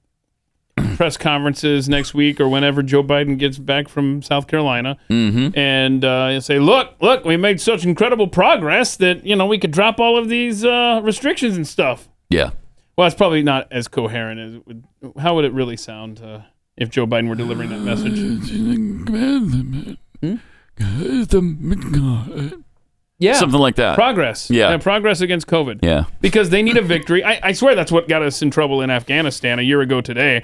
press conferences next week or whenever Joe Biden gets back from South Carolina
Mhm.
and uh, say, look, look, we made such incredible progress that, you know, we could drop all of these uh, restrictions and stuff.
Yeah.
Well, it's probably not as coherent as it would. How would it really sound uh, if Joe Biden were delivering that message? Hmm? Yeah.
Something like that.
Progress.
Yeah.
Progress against COVID.
Yeah.
Because they need a victory. I, I swear that's what got us in trouble in Afghanistan a year ago today.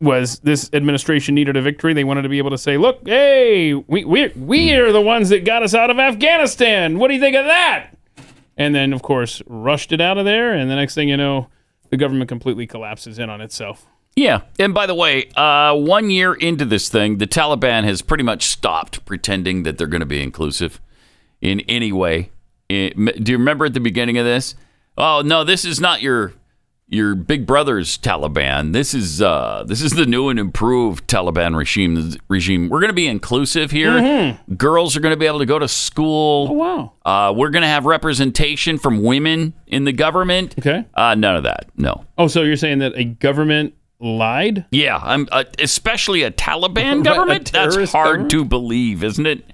Was this administration needed a victory? They wanted to be able to say, "Look, hey, we we we
Hmm.
are the ones that got us out of Afghanistan. What do you think of that?" And then, of course, rushed it out of there. And the next thing you know, the government completely collapses in on itself.
Yeah. And by the way, uh, one year into this thing, the Taliban has pretty much stopped pretending that they're going to be inclusive in any way. It- m- do you remember at the beginning of this? Oh no, this is not your your Big Brother's Taliban. This is uh, this is the new and improved Taliban regime. Regime. We're going to be inclusive here. Girls are going to be able to go to school. Oh,
wow.
Uh, we're going to have representation from women in the government.
Okay.
Uh, none of that. No.
Oh, so you're saying that a government lied?
Yeah, I'm uh, especially a
[LAUGHS]
Taliban government. That's hard
terrorist government?
to believe, isn't it?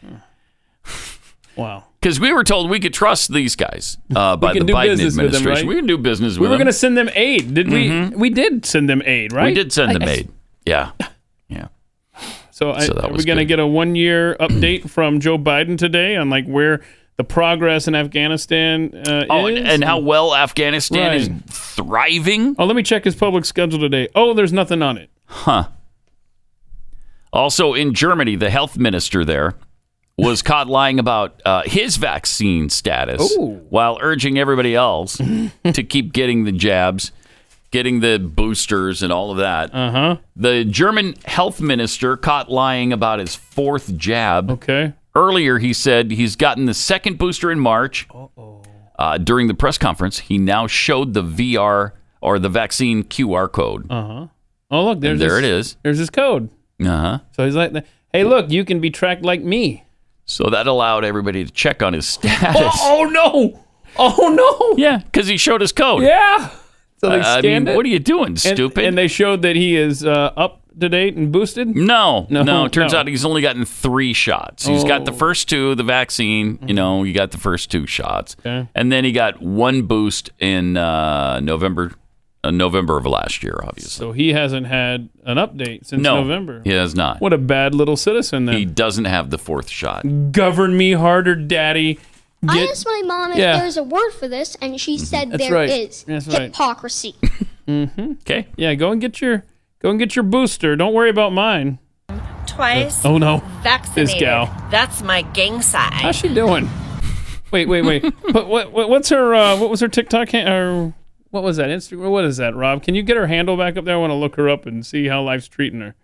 Wow.
Because we were told we could trust these guys uh, by
[LAUGHS] We can
the
do
Biden
business with them,
administration.
right?
We can do business
We
with them.
were
Mm-hmm.
going to send them aid. Did we? We did send them aid, right?
We did send
I-
them
I-
aid.
[LAUGHS]
Yeah, yeah.
So, I,
So that
are we
was
going to
good.
get a
[CLEARS THROAT]
one year update from Joe Biden today on like where the progress in Afghanistan uh,
Oh,
is?
and, and how well Afghanistan is
Right.
thriving?
Oh, let me check his public schedule today. Oh, there's nothing on it.
Huh. Also in Germany, the health minister there was caught lying about uh, his vaccine status while urging everybody else to keep getting the jabs, getting the boosters, and all of that.
Uh huh.
The German health minister caught lying about his fourth jab.
Okay.
Earlier, he said he's gotten the second booster in March. Uh, during the press conference, he now showed the VR or the vaccine QR code.
Uh huh. Oh, look, there's
And there
his-
it is.
There's his code.
Uh huh.
So he's like, hey, look, you can be tracked
[LAUGHS]
like me.
So that allowed everybody to check on his [LAUGHS] status.
Oh, oh, no. Oh no.
Yeah, because he showed his code.
Yeah. So they
Uh, I
scanned
mean,
it.
what are you doing, stupid? Mm.
And they showed that he is uh, up to date and boosted.
No,
No,
no, It turns
no. Oh.
out he's only gotten three shots. He's got the first two, the vaccine. You know, he got the first two shots,
Mm-hmm. Okay.
and then he got one boost in uh, November, uh, November of last year. Obviously,
So he hasn't had an update since
no,
November.
he has not.
What a bad little citizen then.
He doesn't have the fourth shot.
Govern me harder, daddy.
I
Get-
asked my mom if
Yeah.
there's a word for this, and she said there
That's
is
right. That's right.
hypocrisy.
Okay.
Yeah, go and get your go and get your booster. Don't worry about mine.
Twice.
Oh no.
Vaccinated.
This gal.
That's my gang sign.
How's she doing? Wait, wait, [LAUGHS] wait. but what, what what's her uh, what was her TikTok ha- or what was that Instagram? What is that, Rob? Can you get her handle back up there? I want to look her up and see how life's treating her.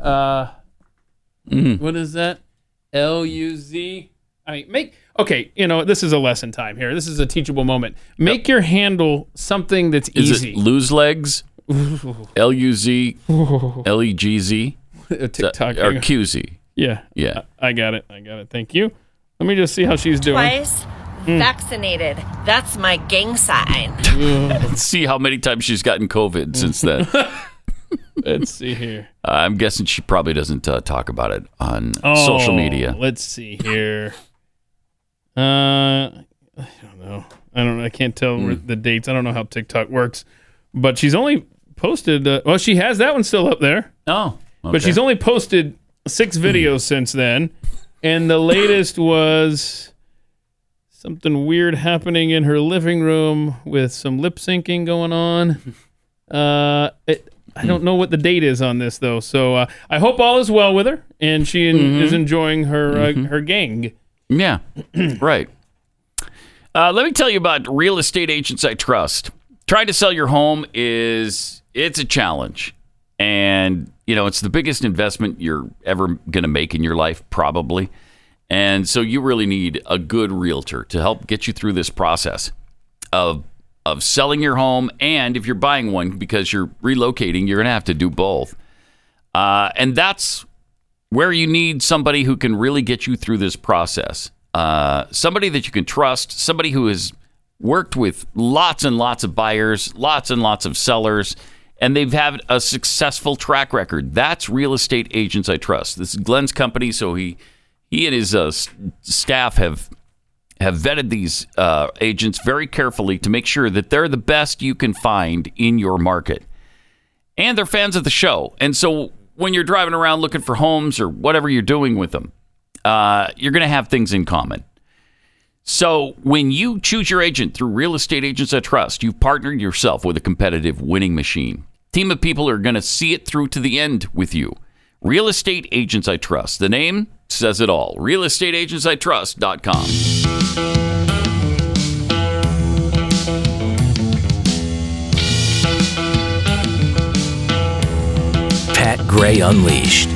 Uh,
Mm-hmm.
what is that? L U Z. I mean, make okay. You know, this is a lesson time here. This is a teachable moment. Make your handle something that's
Is
easy.
it
[LAUGHS]
lose legs? L U Z L E G Z
TikTok.
or Q Z?
yeah,
Yeah.
I got it. I got it. Thank you. Let me just see how she's doing.
Twice.
Mm.
Vaccinated. That's my gang sign.
Let's see how many times she's gotten COVID since then. Uh,
Let's see here.
I'm guessing she probably doesn't uh, talk about it on
Oh,
social media.
Let's see here. Uh, I don't know. I don't. I can't tell where
Hmm.
the dates. I don't know how TikTok works, but she's only posted. Uh, well, she has that one still up there.
Oh, okay.
but she's only posted six videos since then, and the latest was something weird happening in her living room with some lip syncing going on. Uh, it, I don't know what the date is on this though, so uh, I hope all is well with her and she en-
Mhm.
is enjoying her uh, her gang.
Yeah, [CLEARS THROAT] right. Uh, let me tell you about real estate agents I trust. Trying to sell your home is it's a challenge, and you know it's the biggest investment you're ever going to make in your life probably and so you really need a good realtor to help get you through this process of of selling your home and if you're buying one because you're relocating you're going to have to do both uh, and that's where you need somebody who can really get you through this process uh, somebody that you can trust somebody who has worked with lots and lots of buyers lots and lots of sellers and they've had a successful track record. That's real estate agents I trust. This is Glenn's company, so he he and his uh, s- staff have have vetted these uh, agents very carefully to make sure that they're the best you can find in your market, and they're fans of the show. And so when you're driving around looking for homes or whatever you're doing with them, uh, you're going to have things in common. So when you choose your agent through Real Estate Agents I Trust, you've partnered yourself with a competitive winning machine. Team of people are going to see it through to the end with you. Real Estate Agents I Trust. The name says it all. RealEstateAgentsITrust.com.
Pat Gray Unleashed.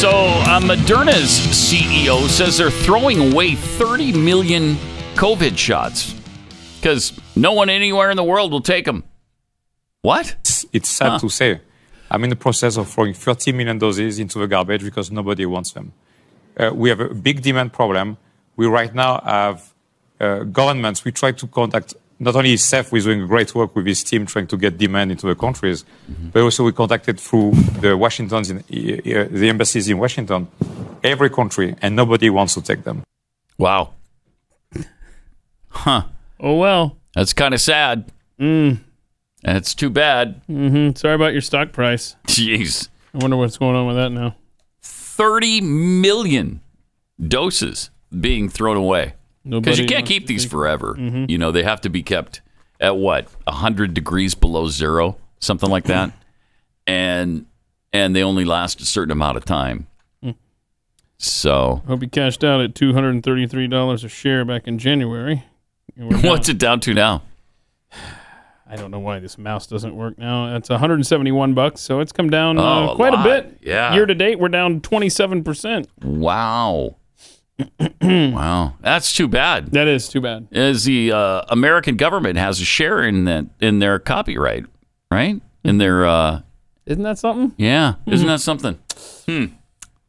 So uh, Moderna's CEO says they're throwing away 30 million COVID shots because no one anywhere in the world will take them. What?
It's, it's sad
Huh.
to say. I'm in the process of throwing 30 million doses into the garbage because nobody wants them. Uh, we have a big demand problem. We right now have uh, governments. We try to contact not only Seth, who's doing great work with his team trying to get demand into the countries,
Mm-hmm.
but also we contacted through the Washington's in, uh, the embassies in Washington, every country, and nobody wants to take them.
Wow. Huh.
Oh well.
That's kind of sad.
Mm.
That's too bad.
Mm-hmm. Sorry about your stock price.
Jeez.
I wonder what's going on with that now.
30 million doses being thrown away. Because
Nobody
you can't
wants
keep these forever.
Mhm.
You know, they have to be kept at what? 100 degrees below zero, something like
[CLEARS THROAT]
that. and and they only last a certain amount of time.
Mm.
So,
Hope you cashed out at two hundred and thirty-three dollars a share back in January. And we're
[LAUGHS] what's
down-
it down to now?
I don't know why this mouse doesn't work now. It's 171 bucks, so it's come down uh,
Oh, a
quite a,
lot.
bit.
Yeah.
Year to date, we're down 27 percent. [CLEARS THROAT]
Wow. wow. That's too bad.
That is too bad.
As the uh, American government has a share in that in their copyright, right?
Mm-hmm.
In their uh
Isn't that something?
yeah,
Mm-hmm.
isn't that something? Hmm.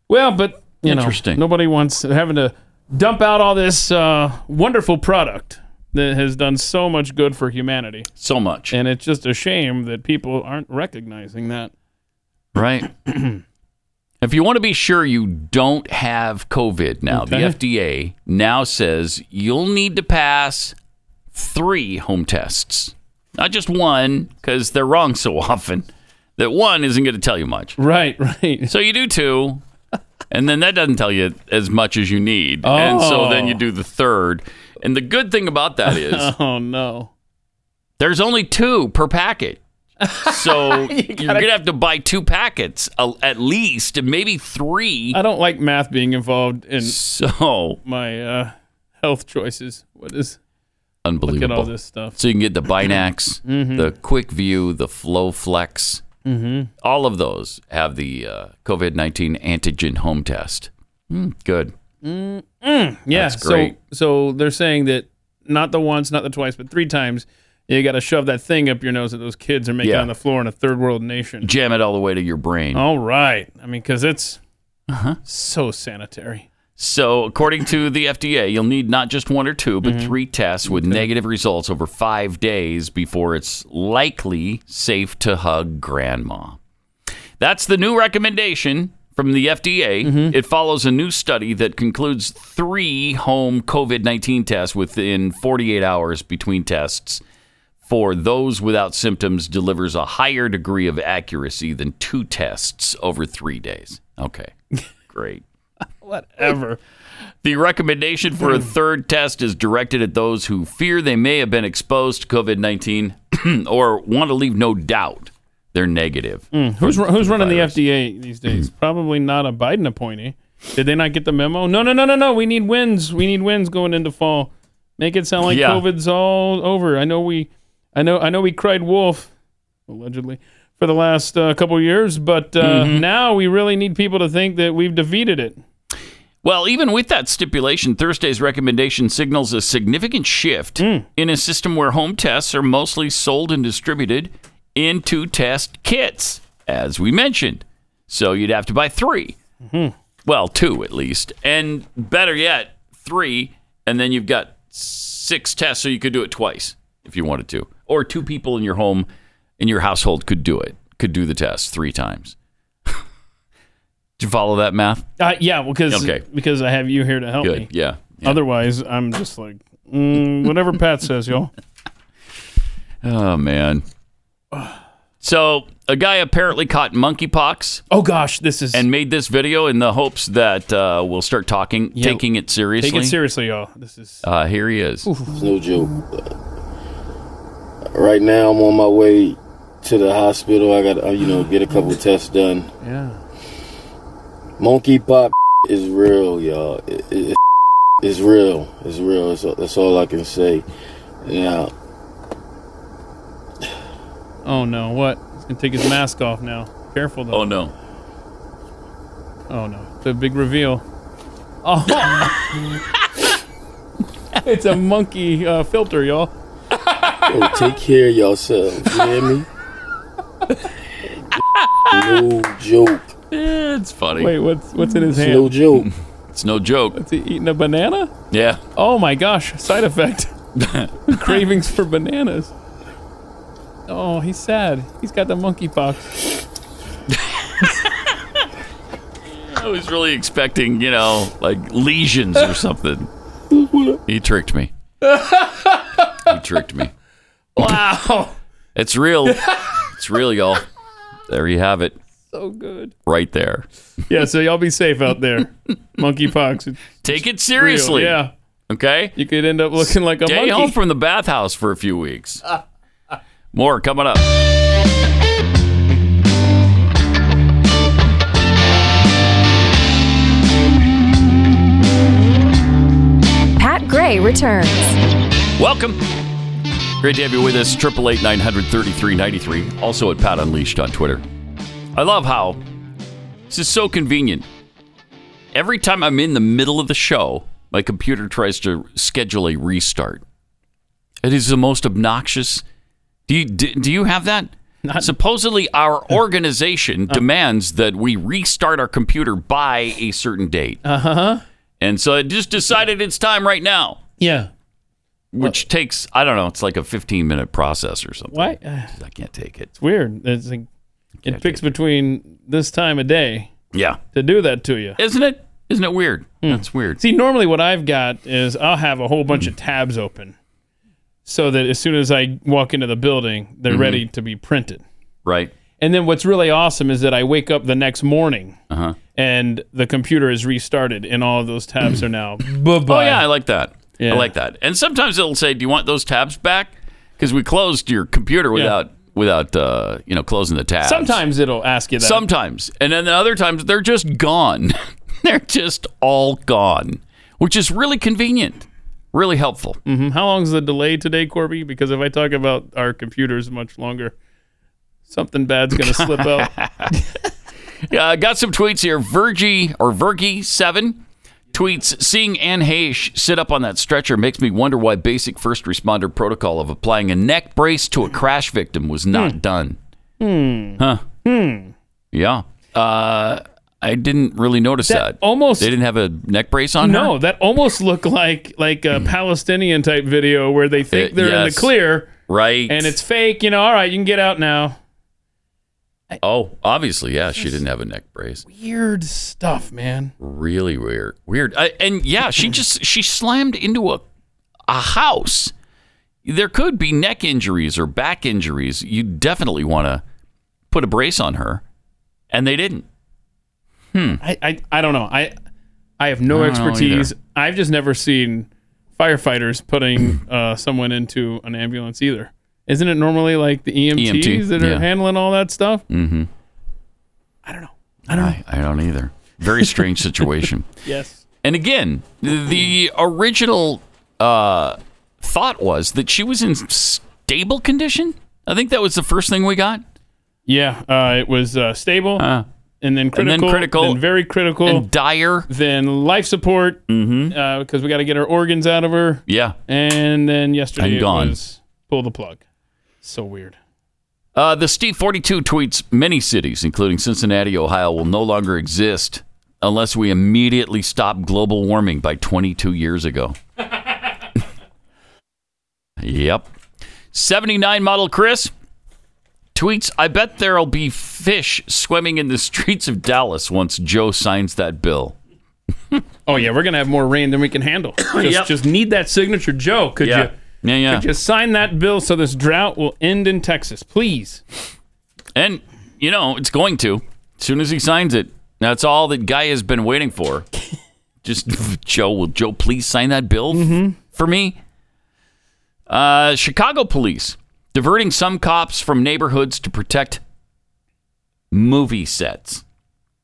Well, but you
Interesting.
know, nobody wants having to dump out all this uh, wonderful product that has done so much good for humanity.
So much,
and it's just a shame that people aren't recognizing that.
Right. [CLEARS THROAT] if you want to be sure you don't have COVID now,
Okay.
the FDA now says you'll need to pass three home tests, not just one, because they're wrong so [LAUGHS] often that one isn't going to tell you much.
Right, [LAUGHS] right.
So you do two, and then that doesn't tell you as much as you need. And so then you
Oh.
do the third. And the good thing about that
[LAUGHS]
is
oh no,
there's only two per
[LAUGHS]
packet. So you are going to have to buy two packets uh, at least, and maybe three.
I don't like math being involved in
so
my uh, health choices. What is
Unbelievable.
all this stuff.
So you can get the
[CLEARS THROAT]
Binax,
Mhm.
the Quick View, the Flow Flex.
Mhm.
All of those have the uh, COVID 19 antigen home test. Mm, good.
Mm, mm, yeah.
That's great.
So, so they're saying that not the once, not the twice, but three times, you got to shove that thing up your nose that those kids are making
Yeah.
on the floor in a third world nation.
Jam it all the way to your brain.
All right. I mean, because it's
uh-huh.
so sanitary.
So, according to the FDA, you'll need not just one or two, but
Mhm.
three tests with negative results over five days before it's likely safe to hug grandma. That's the new recommendation from the FDA. It follows a new study that concludes three home COVID 19 tests within 48 hours between tests for those without symptoms delivers a higher degree of accuracy than two tests over three days. Okay, great.
Whatever.
The recommendation for a
Hmm.
third test is directed at those who fear they may have been exposed to COVID 19 [CLEARS THROAT] or want to leave no doubt they're negative.
Mm, Who's ru- who's running the FDA these days?
Mm-hmm.
Probably not a Biden appointee. Did they not get the memo? No, no, no, no, no. We need wins. We need wins going into fall. Make it sound like
Yeah.
COVID's all over. I know we I know, I know, we cried wolf, allegedly, for the last uh, couple of years, but uh,
Mm-hmm.
now we really need people to think that we've defeated it.
Well, even with that stipulation, Thursday's recommendation signals a significant shift in a system where home tests are mostly sold and distributed into test kits, as we mentioned. So you'd have to buy 3 Well, two at least. And better yet, three. And then you've got six tests, so you could do it twice if you wanted to. Or two people in your home, in your household could do it, could do the test three times. [LAUGHS] Did you follow that math?
Uh, yeah, well, because
Okay.
because I have you here to help
Good.
me.
Yeah.
Otherwise, I'm just like mm, whatever Pat says, y'all.
Oh man. So a guy apparently caught monkeypox.
[LAUGHS] Oh gosh, this is
and made this video in the hopes that uh, we'll start talking,
Yeah,
taking it seriously.
Take it seriously, y'all. This is
Uh, here he is.
It's no joke. Right now, I'm on my way to the hospital. I got, to you know, get a couple tests done.
yeah.
Monkeypox is real, y'all. It, it, it's real. It's real. It's, that's all I can say. Now,
Oh no, what? He's gonna take his mask off now. Careful though. Oh
no.
Oh no, it's a big reveal. Oh. [LAUGHS] it's a monkey uh, filter, y'all.
yo, take care of yourselves. You hear me? no joke.
It's funny.
Wait, what's what's in his
It's
hand?
no joke.
It's no joke.
Is he eating a banana?
Yeah.
Oh my gosh,
[LAUGHS]
side effect. Cravings for bananas. Oh, he's sad. He's got the monkeypox.
I was really expecting, you know, like lesions or something. He tricked me. He tricked me.
[LAUGHS] wow.
It's real. It's real, y'all. There you have it.
So good.
Right there.
Yeah, so y'all be safe out there. Monkeypox. It's
Take it seriously.
real, yeah.
Okay.
You could end up looking like a
Stay
monkey.
home from the bathhouse for a few weeks. More coming up.
Pat Gray returns.
Welcome. Great to have you with us. Triple eight nine hundred thirty three ninety three. Also at Pat Unleashed on Twitter. I love how this is so convenient. Every time I'm in the middle of the show, my computer tries to schedule a restart. It is the most obnoxious. Do you do, do you have that? Supposedly, our organization demands that we restart our computer by a certain date,
Uh huh.
and so it just decided it's time right now
Yeah.
which takes I don't know, it's like a 15 minute process or something.
Why?
I can't take it.
It's weird. It's like, it picks between this time of day
Yeah,
to do that to you.
isn't it? Isn't it weird? That's weird.
Hmm. See, normally what I've got is I'll have a whole bunch of tabs open so that as soon as I walk into the building, they're
Mhm.
ready to be printed.
Right.
And then what's really awesome is that I wake up the next morning
Uh huh.
and the computer is restarted and all of those tabs are now.
Oh yeah, I like that.
Yeah.
I like that. And sometimes it'll say, "Do you want those tabs back?" Because we closed your computer without without uh, you know closing the tabs.
Sometimes it'll ask you that.
Sometimes, and then the other times they're just gone. [LAUGHS] they're just all gone, which is really convenient, really helpful.
hmm How long is the delay today, Corby? Because if I talk about our computers much longer, something bad's going to slip out.
Yeah, I Uh, got some tweets here. Virgie or Virgie seven tweets: Seeing Anne Heche sit up on that stretcher makes me wonder why basic first responder protocol of applying a neck brace to a crash victim was not done.
Hmm.
Huh?
Hmm.
Yeah. Uh, I didn't really notice that.
That almost-
They didn't have a neck brace on.
Uh, no,
Her?
that almost looked like like a Palestinian type video where they think
Uh,
they're in the
yes.
clear
Right.
and it's fake. You know, all right, you can get out now.
oh, obviously, yeah. She didn't have a neck brace.
Weird stuff, man.
Really weird. Weird. I, and yeah, [LAUGHS] she just she slammed into a a house. There could be neck injuries or back injuries. You definitely want to put a brace on her, and they didn't. Hmm.
I, I I don't know. I I have no
I don't know
expertise.
either.
I've just never seen firefighters putting uh, someone into an ambulance either. Isn't it normally like the EMTs
EMT,
that are
E yeah.
handling all that stuff?
Mm-hmm. I don't know. I don't. I, don't either. Very [LAUGHS] strange situation.
Yes.
And again, the original uh, thought was that she was in stable condition? I think that was the first thing we got.
Yeah, uh, it was uh, stable, and then
Ah. and
critical,
then critical,
then very critical,
and dire,
then life support, because
Mm-hmm.
we got to get our organs out of her.
Yeah.
and then yesterday
And
it
gone.
was pull the plug. So weird.
Uh, the Steve 42 tweets many cities, including Cincinnati, Ohio, will no longer exist unless we immediately stop global warming by 22 years ago. [LAUGHS] yep. 79 model Chris tweets I bet there'll be fish swimming in the streets of Dallas once Joe signs that bill.
Oh yeah, we're gonna have more rain than we
[COUGHS]
can handle. Just,
Yep.
just need that signature, Joe. Could
Yeah.
you?
Yeah, yeah.
Could you sign that bill so this drought will end in Texas, please?
And, you know, it's going to. As soon as he signs it, that's all that guy has been waiting for. [LAUGHS] Just, [LAUGHS] Joe, will Joe please sign that bill f- for me? Uh, Chicago police diverting some cops from neighborhoods to protect movie sets.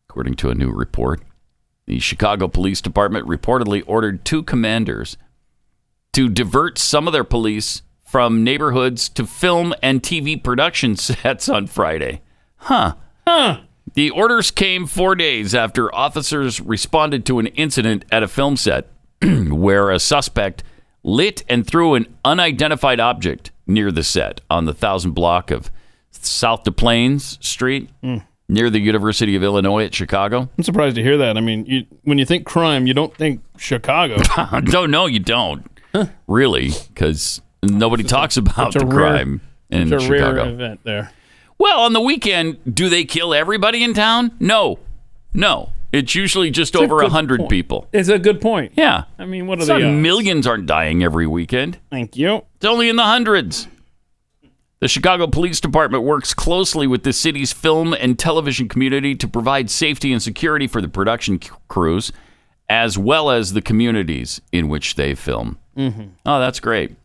According to a new report, the Chicago Police Department reportedly ordered two commanders to divert some of their police from neighborhoods to film and TV production [LAUGHS] sets on Friday. Huh. Huh. The orders came four days after officers responded to an incident at a film set [CLEARS THROAT] where a suspect lit and threw an unidentified object near the set on the thousand block of South De Plains Street near the University of Illinois at Chicago.
I'm surprised to hear that. I mean, you, when you think crime, you don't think
[LAUGHS]
Chicago.
don't know you don't really because nobody talks about
such
the
a rare-
crime in
Such a rare
Chicago.
event there.
Well, on the weekend, do they kill everybody in town? No, no. It's usually just
It's a
over a
good
hundred
point.
people.
It's a good point.
Yeah,
I mean, what are
It's
the uh,
not
odds?
millions aren't dying every weekend.
Thank you.
It's only in the hundreds. The Chicago Police Department works closely with the city's film and television community to provide safety and security for the production c- crews, as well as the communities in which they film.
Mhm.
Oh, that's great.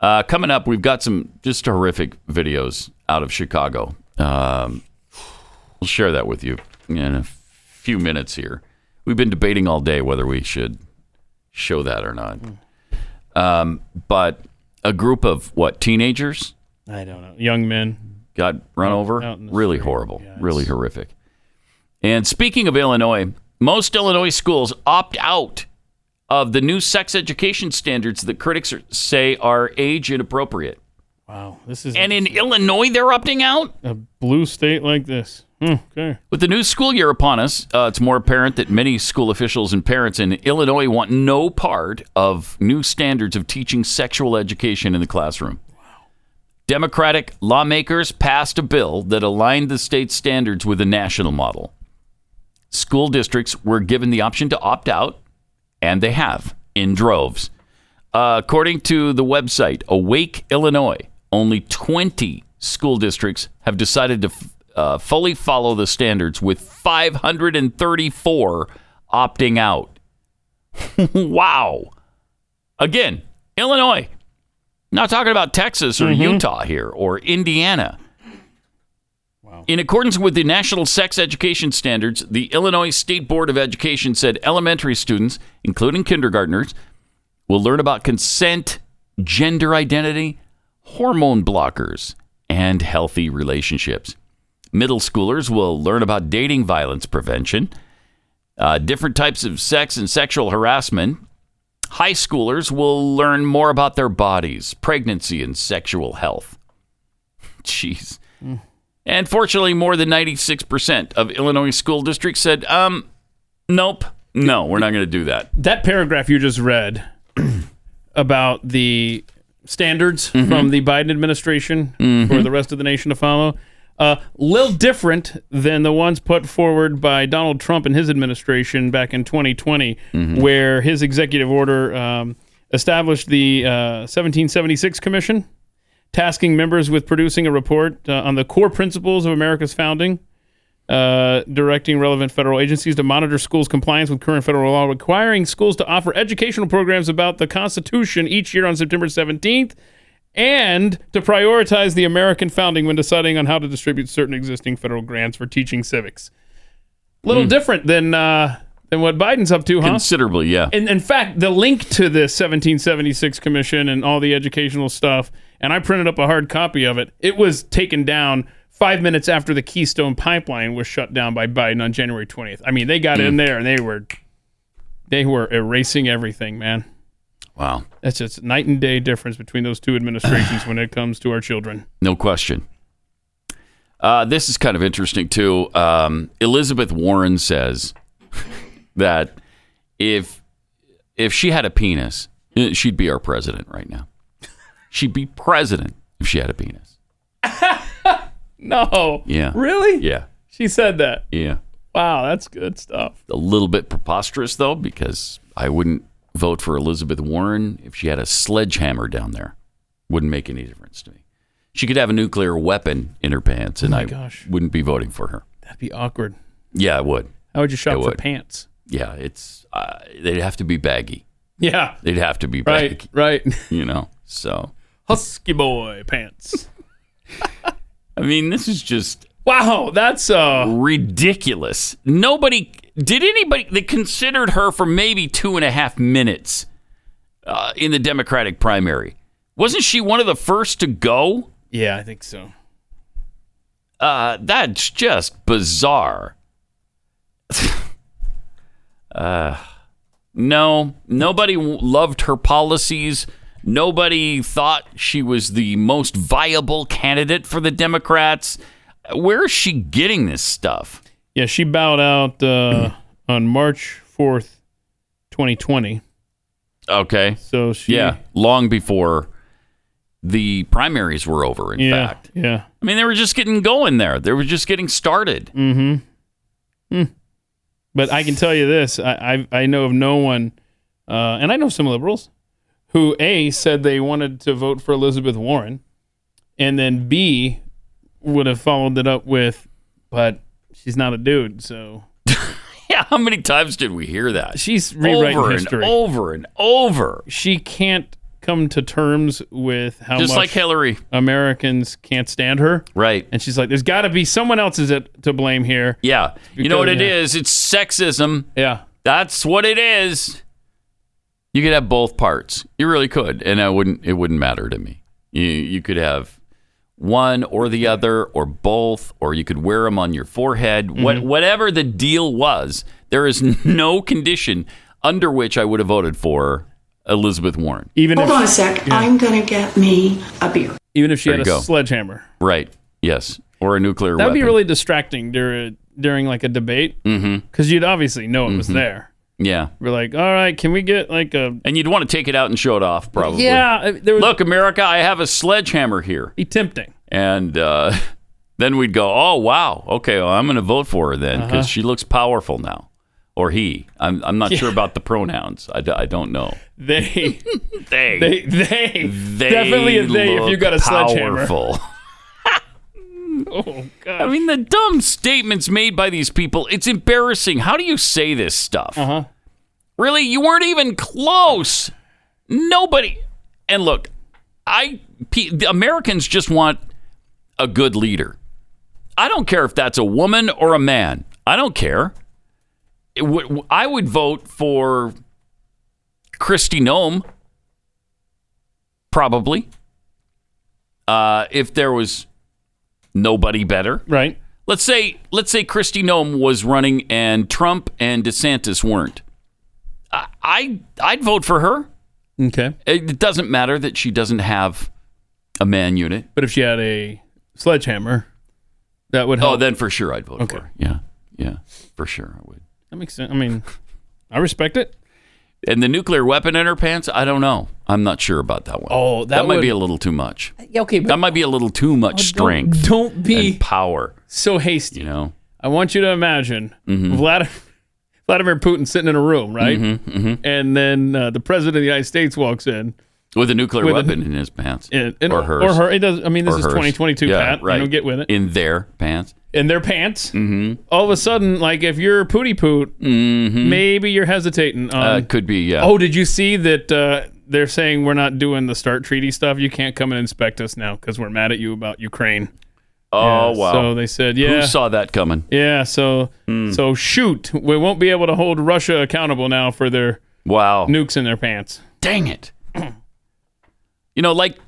Uh, coming up, we've got some just horrific videos out of Chicago. Um, we'll share that with you in a few minutes here. We've been debating all day whether we should show that or not. Um, but a group of what teenagers?
I don't know. Young men
got run
Out-
over.
out in the
really
street,
horrible. really horrific. And speaking of Illinois, most Illinois schools opt out of the new sex education standards that critics are, say are age inappropriate.
Wow, this is
and in Illinois they're opting out.
a blue state like this. Hmm, okay.
With the new school year upon us, uh, it's more apparent that many school officials and parents in Illinois want no part of new standards of teaching sexual education in the classroom. Democratic lawmakers passed a bill that aligned the state's standards with the national model. School districts were given the option to opt out, and they have in droves. Uh, according to the website Awake Illinois, only 20 school districts have decided to f- uh, fully follow the standards, with 534 opting out. [LAUGHS] wow. Again, Illinois. Not talking about Texas or Utah here or Indiana. In accordance with the National Sex Education Standards, the Illinois State Board of Education said elementary students, including kindergartners, will learn about consent, gender identity, hormone blockers, and healthy relationships. Middle schoolers will learn about dating violence prevention, uh, different types of sex and sexual harassment. High schoolers will learn more about their bodies, pregnancy, and sexual health. [LAUGHS] Jeez. And fortunately, more than 96% of Illinois school districts said, um, nope, no, we're not going to do that.
That paragraph you just read [CLEARS THROAT] about the standards from the Biden administration for the rest of the nation to follow, a little different than the ones put forward by Donald Trump and his administration back in 2020, where his executive order um, established the uh, 1776 Commission, tasking members with producing a report uh, on the core principles of America's founding uh, directing relevant federal agencies to monitor schools' compliance with current federal law, requiring schools to offer educational programs about the Constitution each year on September 17th, and to prioritize the American founding when deciding on how to distribute certain existing federal grants for teaching civics. Little different than uh, than what Biden's up to, huh?
Considerably, yeah.
And in fact, the link to the 1776 commission and all the educational stuff and I printed up a hard copy of it. It was taken down five minutes after the Keystone Pipeline was shut down by Biden on January 20th. I mean, they got in there and they were they were erasing everything, man.
Wow.
That's just night and day difference between those two administrations when it comes to our children.
No question. Uh, this is kind of interesting, too. Um, Elizabeth Warren says [LAUGHS] that if if she had a penis, eh, she'd be our president right now. She'd be president if she had a penis.
No.
Yeah.
Really?
Yeah.
She said that.
Yeah.
Wow, that's good stuff.
A little bit preposterous, though, because I wouldn't vote for Elizabeth Warren if she had a sledgehammer down there. Wouldn't make any difference to me. She could have a nuclear weapon in her pants, and
Oh my
I
gosh.
wouldn't be voting for her.
That'd be awkward.
Yeah, I would.
How would you shop
I
for
would.
pants?
Yeah, it's uh, they'd have to be baggy.
Yeah.
They'd have to be
Right,
baggy.
Right. [LAUGHS]
You know. So
Husky boy pants. [LAUGHS]
I mean, this is just
wow. That's uh
ridiculous. Nobody did anybody. They considered her for maybe two and a half minutes uh, in the Democratic primary. Wasn't she one of the first to go?
Yeah, I think so.
Uh, that's just bizarre. uh, no, nobody w- loved her policies. Nobody thought she was the most viable candidate for the Democrats. Where is she getting this stuff?
Yeah, she bowed
[CLEARS THROAT]
out uh, on March 4th, 2020.
Okay.
So she.
Yeah, long before the primaries were over, in
yeah.
fact.
Yeah.
I mean, they were just getting going there, they were just getting started.
Mm hmm. But I can tell you this I, I, I know of no one, uh, and I know some liberals who, A, said they wanted to vote for Elizabeth Warren, and then B, would have followed it up with, but she's not a dude, so.
[LAUGHS] Yeah, how many times did we hear that?
She's rewriting
over
history.
and over and over.
She can't come to terms with how
Just
much
like Hillary.
Americans can't stand her.
Right.
And she's like, there's got to be someone else is at, to blame here.
Yeah. you know what it
Because,
is?
yeah.
It's sexism.
Yeah.
That's what it is. You could have both parts. You really could, and I wouldn't. It wouldn't matter to me. You you could have one or the other or both, or you could wear them on your forehead. What
Mm-hmm.
whatever the deal was, there is [LAUGHS] no condition under which I would have voted for Elizabeth Warren.
Even
Hold
if,
on a sec. I'm going to get me a beer.
Even if she
There
had a
you go.
sledgehammer.
Right. Yes. Or a nuclear
That would
weapon.
be really distracting during, during like a debate
Mm-hmm.
because you'd obviously know it was
Mhm.
there.
Yeah.
We're like, all right, can we get like a.
And you'd want to take it out and show it off, probably.
Yeah. uh, There was
Look, America, I have a sledgehammer here.
be tempting.
and uh, [LAUGHS] then we'd go, "Oh wow, okay, well, I'm going to vote for her then because
Uh-huh.
she looks powerful now." Or he. I'm, I'm not sure about the pronouns. I, d- I don't know. [LAUGHS]
They,
they,
they, they,
They
definitely a they if you
look
got a sledgehammer.
powerful.
Oh, God.
I mean, the dumb statements made by these people, it's embarrassing. How do you say this stuff?
Uh huh.
Really? You weren't even close. Nobody. And look, I pe- the Americans just want a good leader. I don't care if that's a woman or a man. I don't care. It would- I would vote for Christy Nome, probably, uh, if there was nobody better.
Right.
Let's say let's say Christy Nome was running and Trump and DeSantis weren't. I, I I'd vote for her.
Okay.
It doesn't matter that she doesn't have a man unit.
But if she had a sledgehammer, that would help.
Oh, then for sure I'd vote
Okay.
for her. Yeah, yeah, for sure I would.
That makes sense. I mean, I respect it.
And the nuclear weapon in her pants? I don't know. I'm not sure about that one.
Oh, that
might be
would-
a little too much.
Uh, Yeah, okay, but Oh,
That might be a little too much strength
Don't, be
and power.
so hasty.
You know.
I want you to imagine
Mhm.
Vladimir, Vladimir Putin sitting in a room, right?
Mhm, mhm.
And then uh, the president of the United States walks in,
With a nuclear
With a-
weapon in his pants.
and, and-
or hers.
or her. It does. I mean, this
Or
is
hers.
2022,
Yeah,
Pat.
Right.
You don't get with it.
In their pants.
In their pants.
Mm-hmm.
All of a sudden, like if you're pooty poot, maybe you're hesitating. On,
uh, could be, yeah.
Oh, did you see that? Uh, they're saying we're not doing the START treaty stuff. You can't come and inspect us now because we're mad at you about Ukraine.
Oh,
Yeah,
wow.
So they said, yeah.
Who saw that coming?
Yeah, so
Hmm.
so shoot, we won't be able to hold Russia accountable now for their
Wow.
nukes in their pants.
Dang it. [CLEARS THROAT] you know, like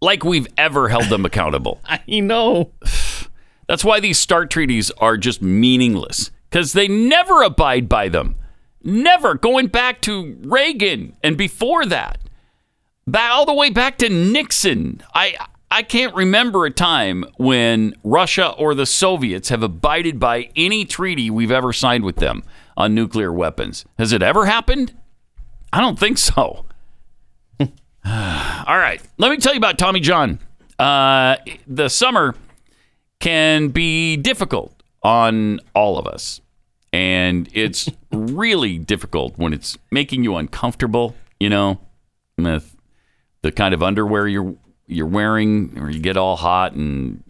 like we've ever held them accountable.
[LAUGHS] I know.
That's why these START treaties are just meaningless because they never abide by them. Never. Going back to Reagan and before that, back, all the way back to Nixon. I, I can't remember a time when Russia or the Soviets have abided by any treaty we've ever signed with them on nuclear weapons. Has it ever happened? I don't think
[LAUGHS]
so. All right. Let me tell you about Tommy John. Uh, the summer can be difficult on all of us. And
[LAUGHS]
it's really difficult when it's making you uncomfortable, you know, with the kind of underwear you're you're wearing or you get all hot and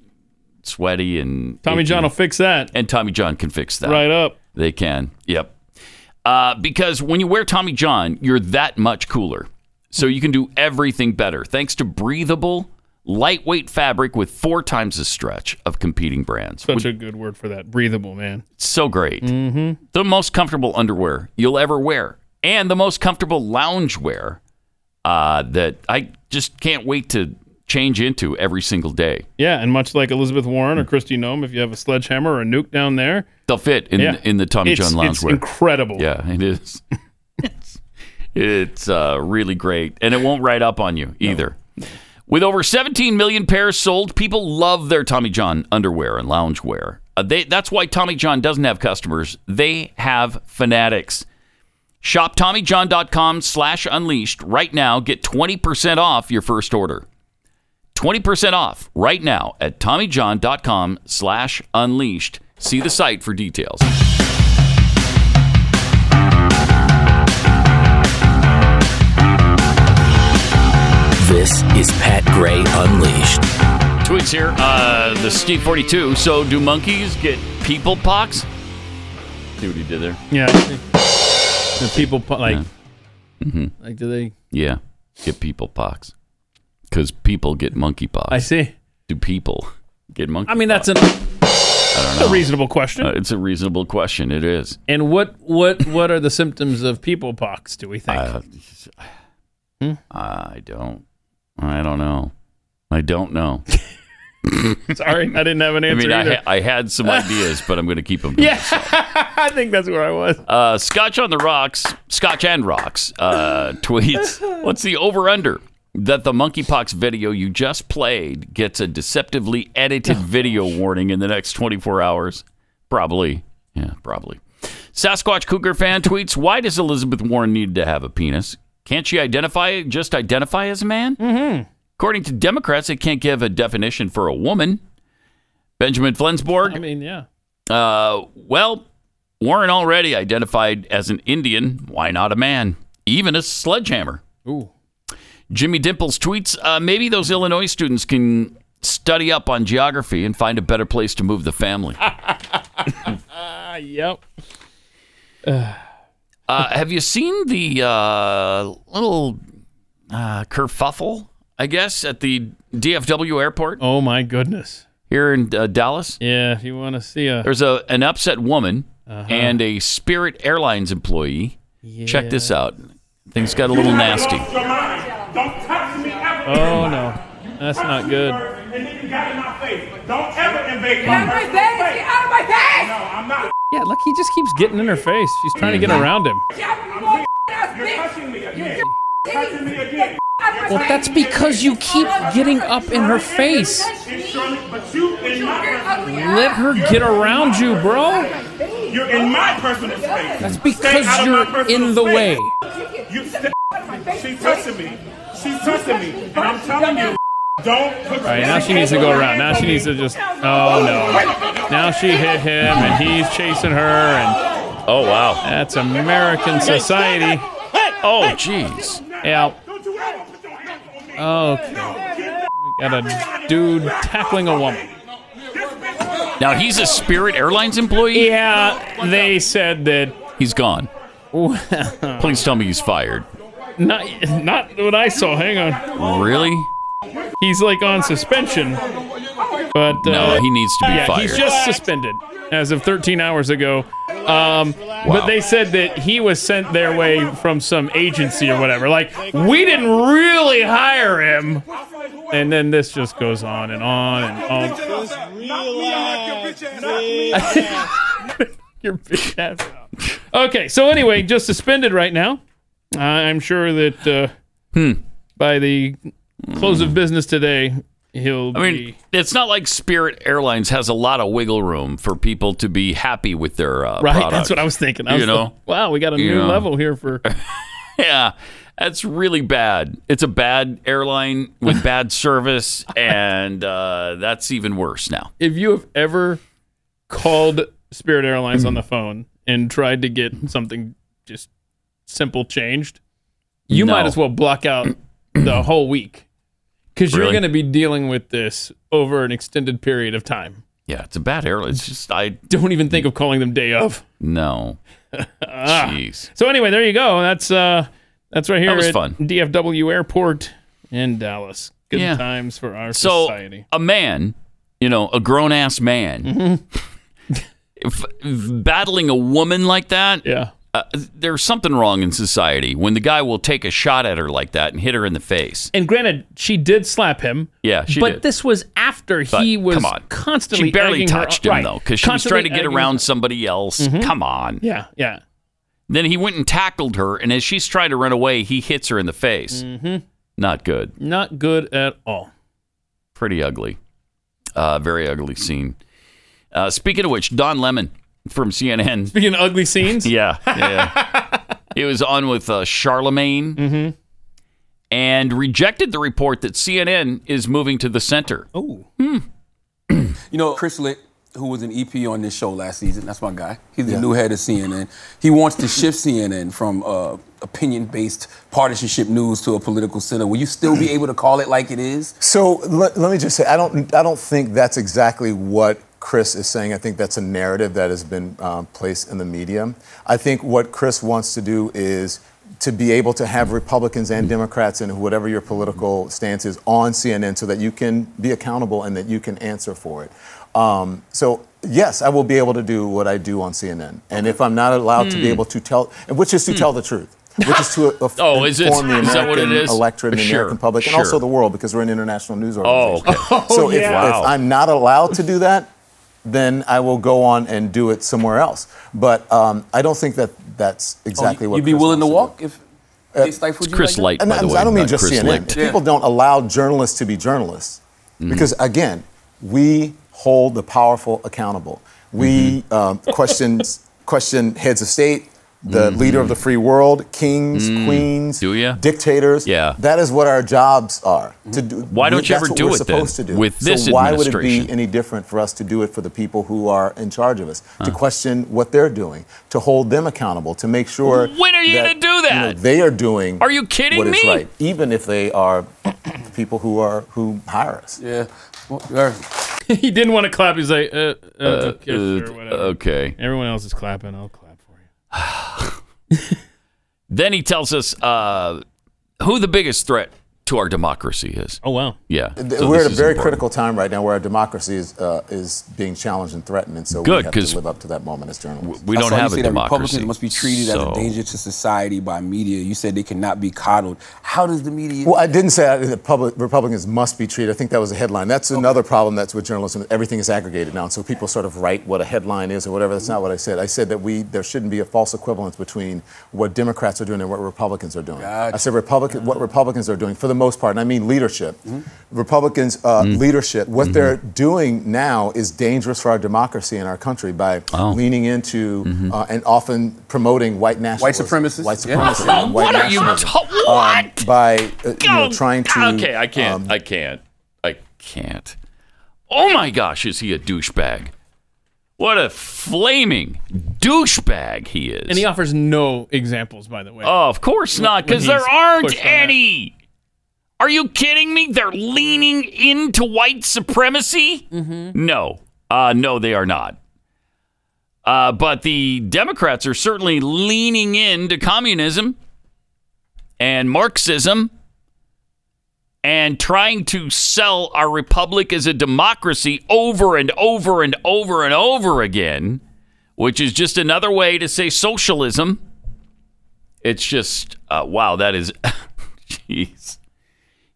sweaty and
Tommy John will
itchy.
fix that.
and Tommy John can fix that.
Right up.
They can. Yep. Uh, because when you wear Tommy John, you're that much cooler. So you can do everything better thanks to breathable, lightweight fabric with four times the stretch of competing brands.
Such a good word for that. Breathable, man.
So great. Mm-hmm. The most comfortable underwear you'll ever wear, and the most comfortable loungewear uh, that I just can't wait to change into every single day.
Yeah, and much like Elizabeth Warren or
Hmm.
Christy Nome, if you have a sledgehammer or a nuke down there,
They'll fit in
Yeah.
in the Tommy
It's-
John loungewear.
it's incredible.
Yeah, it is. It's- it's uh, really great, and it won't ride up on you either. With over 17 million pairs sold, people love their Tommy John underwear and loungewear. Uh, they, that's why Tommy John doesn't have customers; they have fanatics. Shop TommyJohn.com slash unleashed right now. Get 20% off your first order. 20% off right now at TommyJohn.com slash unleashed. See the site for details.
This is Pat Gray Unleashed.
Tweets here, uh, the Steve 42. So, do monkeys get people pox? See what he did there?
yeah, the people pu- like,
Mhm.
like do they?
Yeah, get people pox. Because people get monkey pox. I
see.
Do people get monkey
I mean, that's an
I don't
a
know.
reasonable question.
Uh, it's a reasonable question. It is.
and what what what are the symptoms of people pox? Do we think?
I don't. I don't know. I don't
[LAUGHS]
know.
Sorry, I didn't have an
I
answer
mean, I,
either.
ha- I had
[LAUGHS]
some ideas, but I'm going to keep them.
yeah, [LAUGHS] I think that's where I was.
Uh, Scotch on the Rocks, Scotch and Rocks uh, tweets What's the over under that the monkeypox video you just played gets a deceptively edited video warning in the next 24 hours? Probably. Yeah, probably. Sasquatch Cougar fan tweets Why does Elizabeth Warren need to have a penis? Can't she identify, just identify as a man? Mm-hmm. According to Democrats, they can't give a definition for a woman. Benjamin Flensborg.
I mean, yeah.
Uh, well, Warren already identified as an Indian. Why not a man? Even a sledgehammer.
Ooh.
Jimmy Dimples tweets uh, maybe those Illinois students can study up on geography and find a better place to move the family.
Ah, yep.
Uh, have you seen the uh, little uh, kerfuffle, I guess, at the DFW airport?
Oh, my goodness.
Here in uh, Dallas?
Yeah, if you want to see a
There's a an upset woman
Uh-huh.
and a Spirit Airlines employee. Check this out. Things got a little nasty.
Oh no, that's not good. Yeah, look, he just keeps getting in her face. She's trying to get around him.
Well, that's because you keep getting up in her face. Let
her get around you, bro.
You're in my personal space. That's
because you're in the way.
You stay She's touching me. She's touching me. And I'm telling you, don't put
All right, now she needs to go around. Now she needs to just. Oh no. Now she hit him, and he's chasing her, and.
Oh wow.
That's American society.
Oh jeez.
Yeah. Okay. We got a dude tackling a woman.
Now he's a Spirit Airlines employee.
Yeah, they said that [LAUGHS]
he's gone. Please tell me he's fired.
Not, not what I saw. Hang on.
Really?
He's like on suspension. But uh,
No, he needs to be
yeah, He's
fired.
just suspended as of 13 hours ago. Um, But they said that he was sent their way from some agency or whatever. Like we didn't really hire him, And then this just goes on and on and on. [LAUGHS] Your bitch ass out. Okay, so anyway, just suspended right now. Uh, I'm sure that uh,
Hmm.
by the close of business today, he'll
I
be.
mean, it's not like Spirit Airlines has a lot of wiggle room for people to be happy with their uh,
Right,
product.
that's what I was thinking. I was
you know,
like, wow, we got a
You
new
know.
level here
[LAUGHS]
for.
yeah, that's really bad. It's a bad airline with
[LAUGHS]
bad service, and uh, that's even worse now.
If you have ever called Spirit Airlines on the phone and tried to get something just simple changed, you
No.
might as well
[CLEARS THROAT]
block out the whole week because you're
Really?
going to be dealing with this over an extended period of time.
Yeah, it's a bad airline. It's just I
don't even think of calling them day of.
No,
Ah.
jeez,
So anyway, there you go. That's uh, that's right here
That was
at
fun.
DFW Airport in Dallas. Good
Yeah.
times for our
So-
society.
a man, you know, a grown ass man, if, if battling a woman like that.
Mm-hmm. Yeah.
Uh, there's something wrong in society when the guy will take a shot at her like that and hit her in the face.
And granted, she did slap him.
Yeah, she
but
did.
this was after
But,
he was
come on.
constantly.
She barely
egging her
touched
on-
him
right.
though, because she was trying
Constantly
to get
egging
around
her- Mm-hmm.
somebody else. Come on.
Yeah, yeah.
Then he went and tackled her, and as she's trying to run away, he hits her in the face.
Mhm.
Not good.
Not good at all.
Pretty ugly. Uh, very ugly scene. Uh, speaking of which, Don Lemon from
[LAUGHS]
CNN.
Speaking of ugly scenes,
[LAUGHS] yeah, yeah. he was on with uh, Charlemagne
Mm-hmm.
and rejected the report that CNN is moving to the center.
Oh,
You know, Chris Lick, who was an EP on this show last season, that's my guy. He's the new head of CNN. He wants to shift CNN from uh, opinion based partisanship news to a political center. Will you still be able to call it like it is?
So let, let me just say, I don't, I don't think that's exactly what Chris is saying. I think that's a narrative that has been um, placed in the media. I think what Chris wants to do is to be able to have Republicans and Democrats and whatever your political stance is on CNN so that you can be accountable and that you can answer for it. Um, so yes, I will be able to do what I do on CNN, and if I'm not allowed to
Hmm.
be able to tell, which is to tell the truth,
[LAUGHS]
which is to uh,
Oh, is it?
inform the
Is that what it
American
is?
electorate and the
Sure,
American public,
sure.
and also the world because we're an international news
Oh,
organization.
okay. [LAUGHS]
so if,
yeah. Wow.
if I'm not allowed to do that, then I will go on and do it somewhere else. But um, I don't think that that's exactly what
Oh, You'd be
Chris
willing to
wants
walk if they stifled you? like that?
and I'm- I don't mean just CNN. If
Yeah.
People don't allow journalists to be journalists
Mm-hmm.
because, again, we hold the powerful accountable. We
Mm-hmm.
um, question question heads of state, the leader of the free world, kings, queens,
Mm-hmm. Mm. Do ya?
dictators.
Yeah. Mm-hmm.
that is what our jobs are to do.
Why don't you
that's
ever
what
do
we're
it then
supposed to do.
with this
so why would it be
administration?
any different for us to do it for the people who are in charge of us to question what they're doing, to hold them accountable, to make sure
When are you gonna
that,
do
you know,
that?
they are doing.
Are you kidding
what is
me?
right, even if they are [COUGHS] the people who are who hire us.
Yeah.
[LAUGHS] he didn't want to clap. He's like, uh, uh,
Uh,
okay, sure,
uh,
whatever.
okay.
Everyone else is clapping. I'll clap.
Then he tells us uh, who the biggest threat to our democracy is.
Oh wow!
Yeah,
Th-
So
We're
this
at a
is
very
important.
critical time right now where our democracy is uh, is being challenged and threatened, and so
Good,
we have
'cause
to live up to that moment as journalists.
we
I
don't
saw you
have a
see that
democracy.
Republican
Republicans must be treated
So-
as a danger to society by media. You said they cannot be coddled. How does the media?
Well, I didn't say that the public, Republicans must be treated. I think that was a headline. That's another problem that's with journalism. Everything is aggregated now, and so people sort of write what a headline is or whatever. That's not what I said. I said that we there shouldn't be a false equivalence between what Democrats are doing and what Republicans are doing. I said Republican, what Republicans are doing for the most part, and I mean leadership.
Mm-hmm.
Republicans' uh, leadership, what they're doing now is dangerous for our democracy and our country by leaning into uh, and often promoting white nationalism,
supremacists,
white
yeah.
supremacy, and white
What are you
nationalism,
ta-
um, by uh, you know, trying to um,
Okay, I can't. I can't. I can't. Oh my gosh, is he a douchebag? What a flaming douchebag he is.
And he offers no examples, by the way.
Oh, of course not,
When
because there
he's
aren't
pushed on that.
any. Are you kidding me? They're leaning into white supremacy?
Mm-hmm.
No. Uh, no, they are not. Uh, but the Democrats are certainly leaning into communism and Marxism and trying to sell our republic as a democracy over and over and over and over again, which is just another way to say socialism. It's just, uh, wow, that is, [LAUGHS] jeez.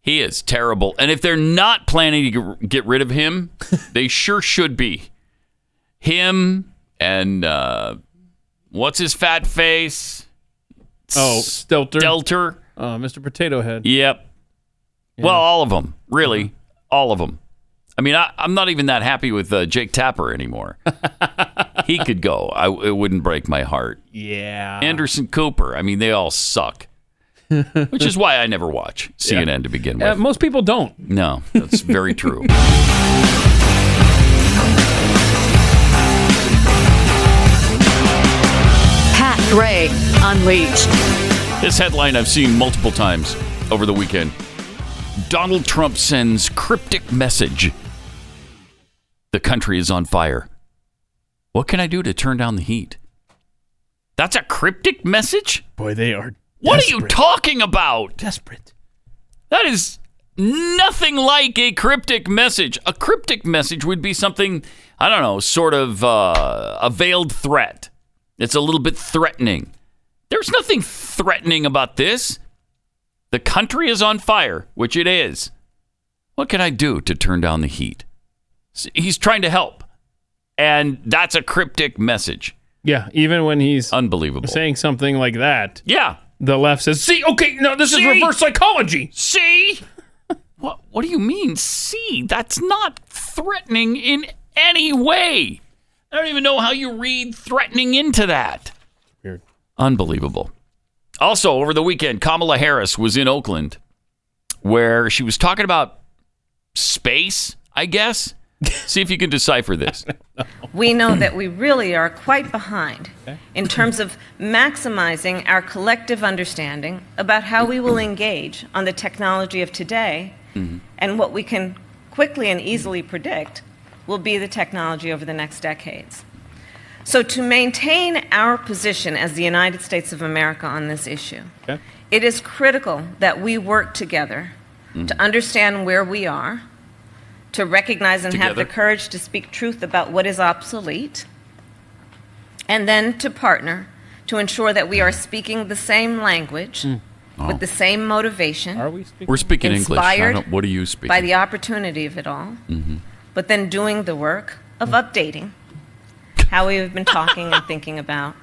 He is terrible. And if they're not planning to g- get rid of him,
[LAUGHS]
they sure should be. Him and uh, what's his fat face?
Oh, Stelter.
Stelter.
Uh, Mr. Potato Head.
Yep. Well, all of them, really, all of them. I mean, I, I'm not even that happy with uh, Jake Tapper anymore. he could go. I, it wouldn't break my heart.
Yeah.
Anderson Cooper. I mean, they all suck, which is why I never watch CNN to begin with.
Uh, most people don't.
No, that's very true.
Pat Gray Unleashed.
This headline I've seen multiple times over the weekend. Donald Trump sends cryptic message. The country is on fire. What can I do to turn down the heat? That's a cryptic message?
Boy, they are.
What are you talking about? Desperate. That is nothing like a cryptic message. A cryptic message would be something, I don't know, sort of uh, a veiled threat. It's a little bit threatening. There's nothing threatening about this. The country is on fire, which it is. What can I do to turn down the heat? S- He's trying to help. And that's a cryptic message.
Yeah, even when he's
unbelievable
saying something like that.
Yeah.
The left says, "See, okay, no, this
See?
is reverse psychology."
See? What what do you mean see? That's not threatening in any way. I don't even know how you read threatening into that.
Weird.
Unbelievable. Also, over the weekend, Kamala Harris was in Oakland where she was talking about space, I guess. See if you can decipher [LAUGHS] this.
we know that we really are quite behind in terms of maximizing our collective understanding about how we will engage on the technology of today and what we can quickly and easily predict will be the technology over the next decades. So, to maintain our position as the United States of America on this issue, it is critical that we work together to understand where we are, to recognize and have the
Together.
courage to speak truth about what is obsolete, and then to partner to ensure that we are speaking the same language with the same motivation. Mm. Are we speaking?
We're speaking English. I
inspired
don't- what are you speaking?
By the opportunity of it all,
Mhm.
but then doing the work of updating how we have been talking and thinking about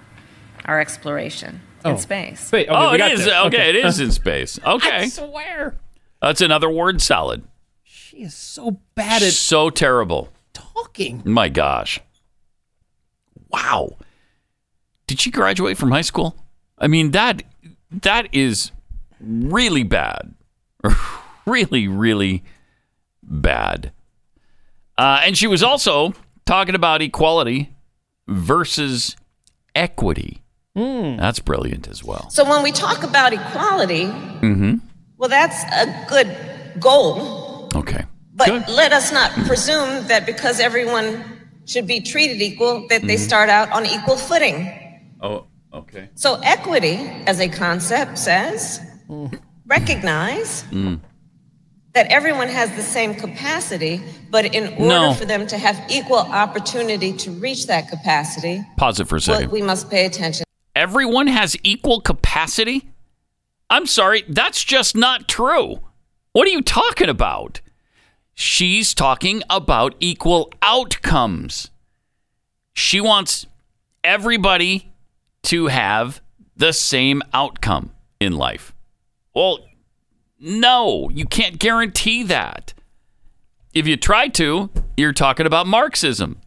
our exploration
Oh.
in space.
Wait, okay, Oh, we it got is, this. okay, Okay. it is in [LAUGHS] space. Okay.
I
swear.
That's another word salad.
She is so bad at
so terrible.
talking.
My gosh. Wow. Did she graduate from high school? I mean that that is really bad. [LAUGHS] really, really bad. Uh, and she was also talking about equality versus equity. That's brilliant as well.
So when we talk about equality,
Mm-hmm.
well, that's a good goal.
Okay.
But let us not presume that because everyone should be treated equal, that they
Mhm.
start out on equal footing.
Oh, okay.
So equity, as a concept, says
Mm.
recognize that everyone has the same capacity, but in order
No.
for them to have equal opportunity to reach that capacity,
Pause it for a
well,
second.
we must pay attention.
everyone has equal capacity? I'm sorry, that's just not true. What are you talking about? She's talking about equal outcomes. She wants everybody to have the same outcome in life. Well, no, you can't guarantee that. If you try to, you're talking about Marxism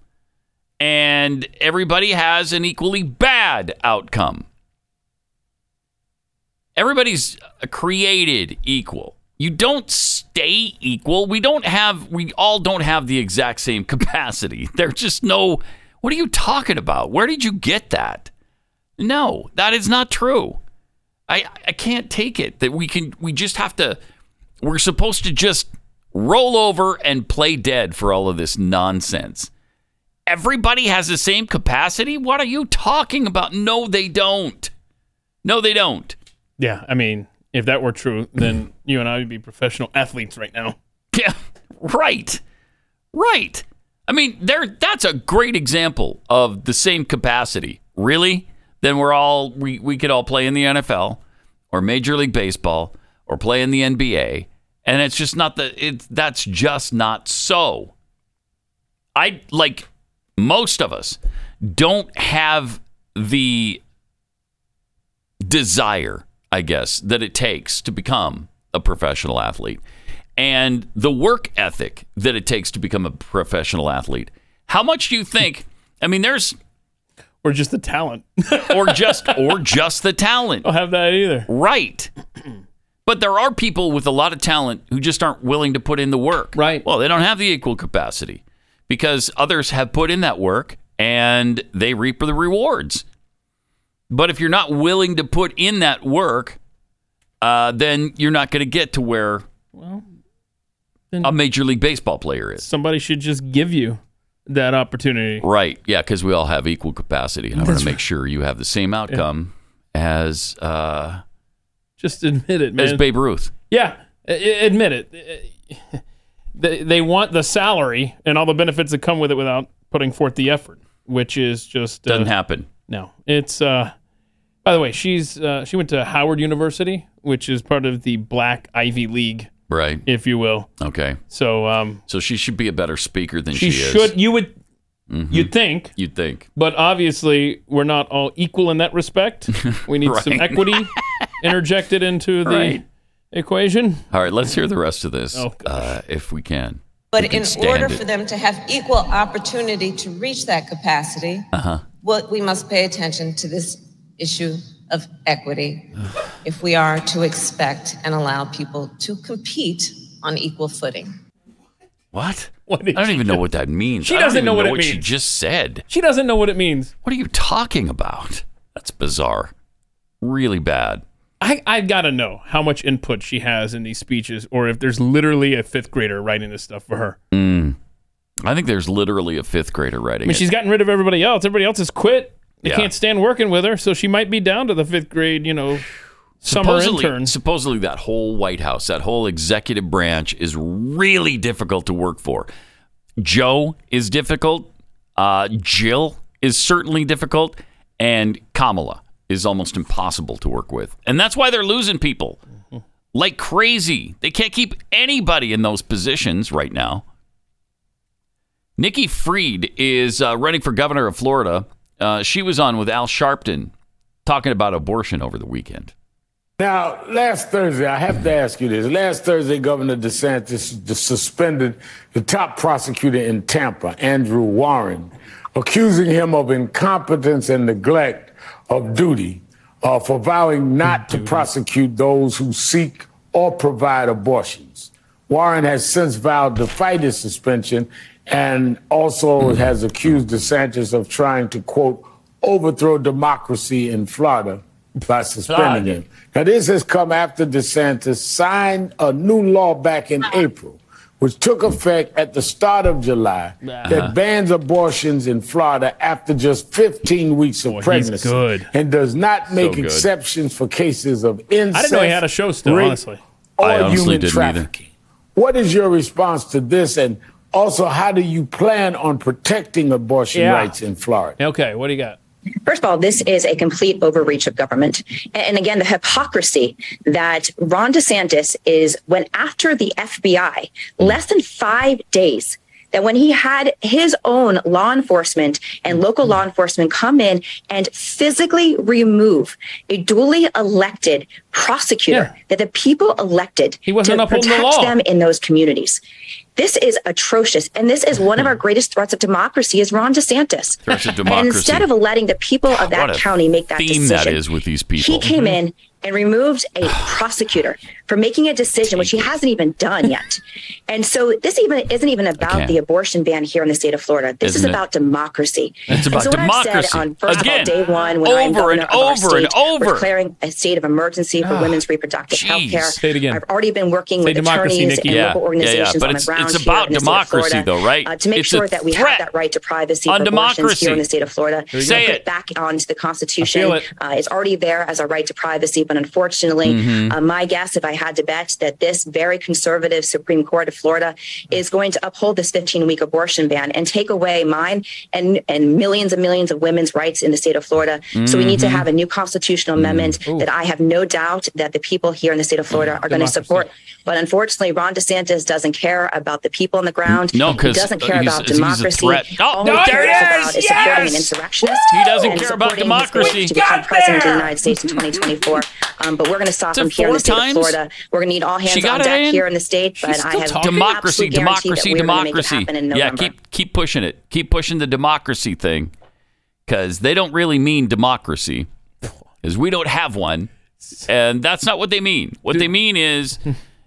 and everybody has an equally bad outcome. Everybody's created equal. You don't stay equal. We don't have, we all don't have the exact same capacity. [LAUGHS] There's just no, what are you talking about? Where did you get that? No, that is not true. I, I can't take it that we can, we just have to, we're supposed to just roll over and play dead for all of this nonsense everybody has the same capacity? What are you talking about? No, they don't. No, they don't.
Yeah, I mean, if that were true, then you and I would be professional athletes right now.
Yeah, right. Right. I mean, there that's a great example of the same capacity. Really? Then we're all we, we could all play in the NFL or Major League Baseball or play in the NBA And it's just not the it that's just not so. I like most of us don't have the desire, I guess, that it takes to become a professional athlete and the work ethic that it takes to become a professional athlete. How much do you think? I mean, there's
or just the talent. [LAUGHS]
or just or just the talent.
Don't have that either.
Right. But there are people with a lot of talent who just aren't willing to put in the work. Right. Well, they don't have the equal capacity because others have put in that work and they reap the rewards. But if you're not willing to put in that work, uh, then you're not going to get to where
Well,
a major league baseball player is.
somebody should just give you that opportunity.
Right. Yeah, because we all have equal capacity, and I want
That's
to make sure you have the same outcome as uh,
Just admit it, man.
as Babe Ruth.
Yeah, a- a- admit it. [LAUGHS] They, they want the salary and all the benefits that come with it without putting forth the effort, which is just uh,
Doesn't happen.
No, it's. uh By the way, she's uh, she went to Howard University, which is part of the Black Ivy League,
Right.
if you will.
Okay.
So um,
So she should be a better speaker than
she,
she,
should.
is. Mm-hmm.
You would you'd think
You'd think.
But obviously, we're not all equal in that
[LAUGHS]
respect. We need some
Right. [LAUGHS]
equity interjected into the
Right.
equation.
All right, let's hear the rest of this,
Oh,
uh, if we can. We
But
can
in
stand
order
it.
for them to have equal opportunity to reach that capacity,
Uh-huh.
what we must pay attention to this issue of equity
[SIGHS]
if we are to expect and allow people to compete on equal footing.
What?
What
I don't even know what that means.
She
I don't
doesn't
even
know what it
she
means.
just said.
She doesn't know what it means.
What are you talking about? That's bizarre. Really bad.
I, I gotta know how much input she has in these speeches, or if there's literally a fifth grader writing this stuff for her.
Mm. I think there's literally a fifth grader
I
writing
mean,
it.
she's gotten rid of everybody else. Everybody else has quit. They
Yeah.
can't stand working with her, so she might be down to the fifth grade, you know, summer
supposedly,
intern.
Supposedly, that whole White House, that whole executive branch is really difficult to work for. Joe is difficult. Uh, Jill is certainly difficult. And Kamala is almost impossible to work with. And that's why they're losing people like crazy. They can't keep anybody in those positions right now. Nikki Freed is uh, running for governor of Florida. Uh, she was on with Al Sharpton talking about abortion over the weekend.
Now, last Thursday, I have to ask you this. Last Thursday, Governor DeSantis d- suspended the top prosecutor in Tampa, Andrew Warren, accusing him of incompetence and neglect of duty uh, for vowing not to prosecute those who seek or provide abortions. Warren has since vowed to fight his suspension and also has accused DeSantis of trying to, quote, overthrow democracy in Florida by suspending him. Now, this has come after DeSantis signed a new law back in
Uh-huh.
April, which took effect at the start of July,
Uh-huh.
that bans abortions in Florida after just 15 weeks of
he's
pregnancy
good.
and does not make
good.
exceptions for cases of incest.
I didn't know he had a show still,
rape,
honestly.
or human trafficking. What is your response to this? And also, how do you plan on protecting abortion
Yeah.
rights in Florida?
Okay, what do you got?
First of all, this is a complete overreach of government. And again, the hypocrisy that Ron DeSantis is when after the FBI, less than five days, that when he had his own law enforcement and local law enforcement come in and physically remove a duly elected prosecutor that the people elected he
wasn't
to
upholding
protect
the law.
them in those communities. This is atrocious. And this is one of our greatest threats of democracy is Ron DeSantis.
Threats of
And
democracy.
instead of letting the people of
What
that
a
county make that
theme
decision,
that is with these people. Mm-hmm.
he came in and removed
[SIGHS]
a prosecutor for making a decision which he hasn't even done yet. And so this even isn't even about
Okay.
the abortion ban here in the state of Florida. This
Isn't
is
it?
about democracy.
It's
And
about
so what I've
democracy.
said on first
Again,
of all, day one, when I'm
over
governor
and
of our
over
state,
and over.
we're declaring a state of emergency for women's reproductive health care.
Ah, Say it again.
I've already been working
Say
with
democracy,
attorneys
Nikki.
and
Yeah,
local
yeah, yeah,
organizations
but
on
it's-
the ground
it's
here
about
in the state of
democracy,
Florida,
though, right?
uh, to make
It's a
sure that we
threat
have that right to privacy
on
for abortions
democracy.
here in the state of Florida.
There you go. Say
Put
it.
back onto the
I feel
Constitution.
it.
Uh, it's already there as a right to privacy, but But unfortunately,
Mhm.
Mm-hmm.
uh, my guess, if I had to bet, that this very conservative Supreme Court of Florida is going to uphold this 15 week abortion ban and take away mine and, and millions and millions of women's rights in the state of Florida. So we need to
Mm-hmm.
Mhm.
have a new constitutional amendment that I have no doubt that the people here in the state of Florida
Mm-hmm.
are going to
Democracy.
support. But unfortunately, Ron DeSantis doesn't care about the people on the ground.
No,
he
'cause
doesn't care
he's-
about
he's a
democracy.
threat. Oh,
All he
there it
cares
is!
about is supporting an
Yes!
insurrectionist.
He doesn't
and
care about
supporting his
democracy.
wish To
We
become
got
president of
there!
the United States in 2024. Um, but we're going to stop
Said
him here in
four
the state
times?
of Florida. We're going to need all
She
hands
got
on
it
deck
in?
here in the state.
She's
but I
still
have
talking. democracy,
absolute guarantee
democracy,
that we're gonna make it
democracy.
happen in
Yeah,
November.
keep keep pushing it. Keep pushing the democracy thing because they don't really mean democracy, because we don't have one, and that's not what they mean. What they mean is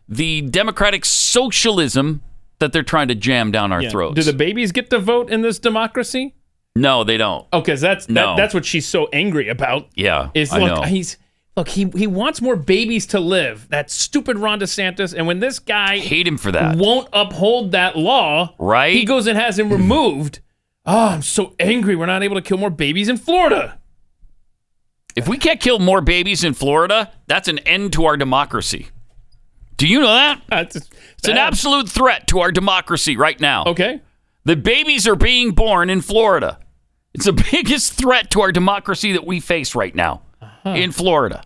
the democratic socialism that they're trying to jam down our
Yeah.
throats.
Do the babies get to vote in this democracy?
no, they don't.
Oh, because that's that,
No.
that's what she's so angry about.
Yeah,
Is
I
look,
know.
he's look, he he wants more babies to live. That stupid Ron DeSantis, and when this guy
hate him for that.
won't uphold that law,
Right?
He goes and has him removed. [CLEARS THROAT] oh, I'm so angry. We're not able to kill more babies in Florida.
If we can't kill more babies in Florida, that's an end to our democracy. Do you know that? it's an absolute threat to our democracy right now.
Okay.
The babies are being born in Florida. It's the [LAUGHS] biggest threat to our democracy that we face right now in Florida.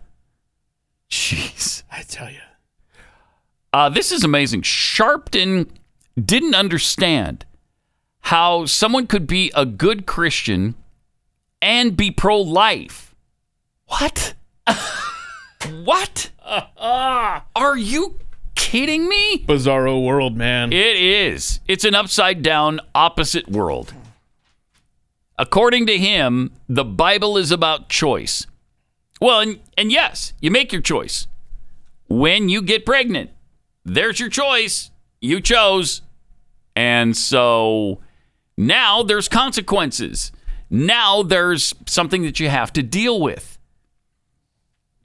Jeez.
I tell you.
Uh, this is amazing. Sharpton didn't understand how someone could be a good Christian and be pro life. What? [LAUGHS] what? Are you kidding me?
Bizarro world, man.
It is. It's an upside down, opposite world. According to him, the Bible is about choice. Well, and, and yes, you make your choice. When you get pregnant, there's your choice. You chose. And so now there's consequences. Now there's something that you have to deal with.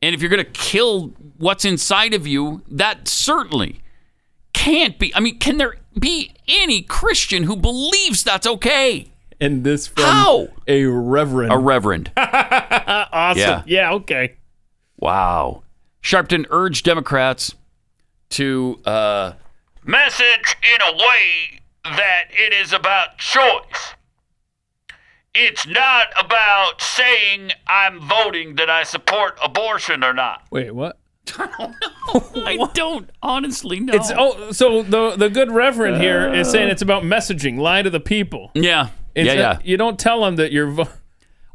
And if you're going to kill what's inside of you, that certainly can't be. I mean, can there be any Christian who believes that's okay?
And this from
How?
a reverend.
A [LAUGHS] reverend.
awesome.
Yeah.
yeah okay.
Wow. Sharpton urged Democrats to uh, message in a way that it is about choice. It's not about saying I'm voting that I support abortion or not.
Wait, what?
I don't honestly know.
It's oh, so the the good reverend here is saying it's about messaging, lie to the people.
Yeah.
It's
yeah,
a-
yeah.
You don't tell them that you're. Vo-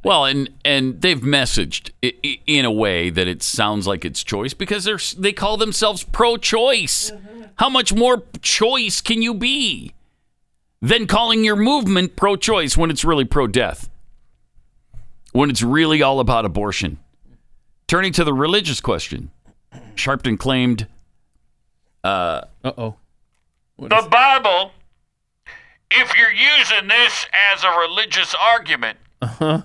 Well, and and they've messaged i- i- in a way that it sounds like it's choice because they're s- they call themselves pro-choice. How much more choice can you be than calling your movement pro-choice when it's really pro-death? When it's really all about abortion. Turning to the religious question, Sharpton claimed. Uh
oh.
The Bible. If you're using this as a religious argument.
Uh
Uh-huh.
huh.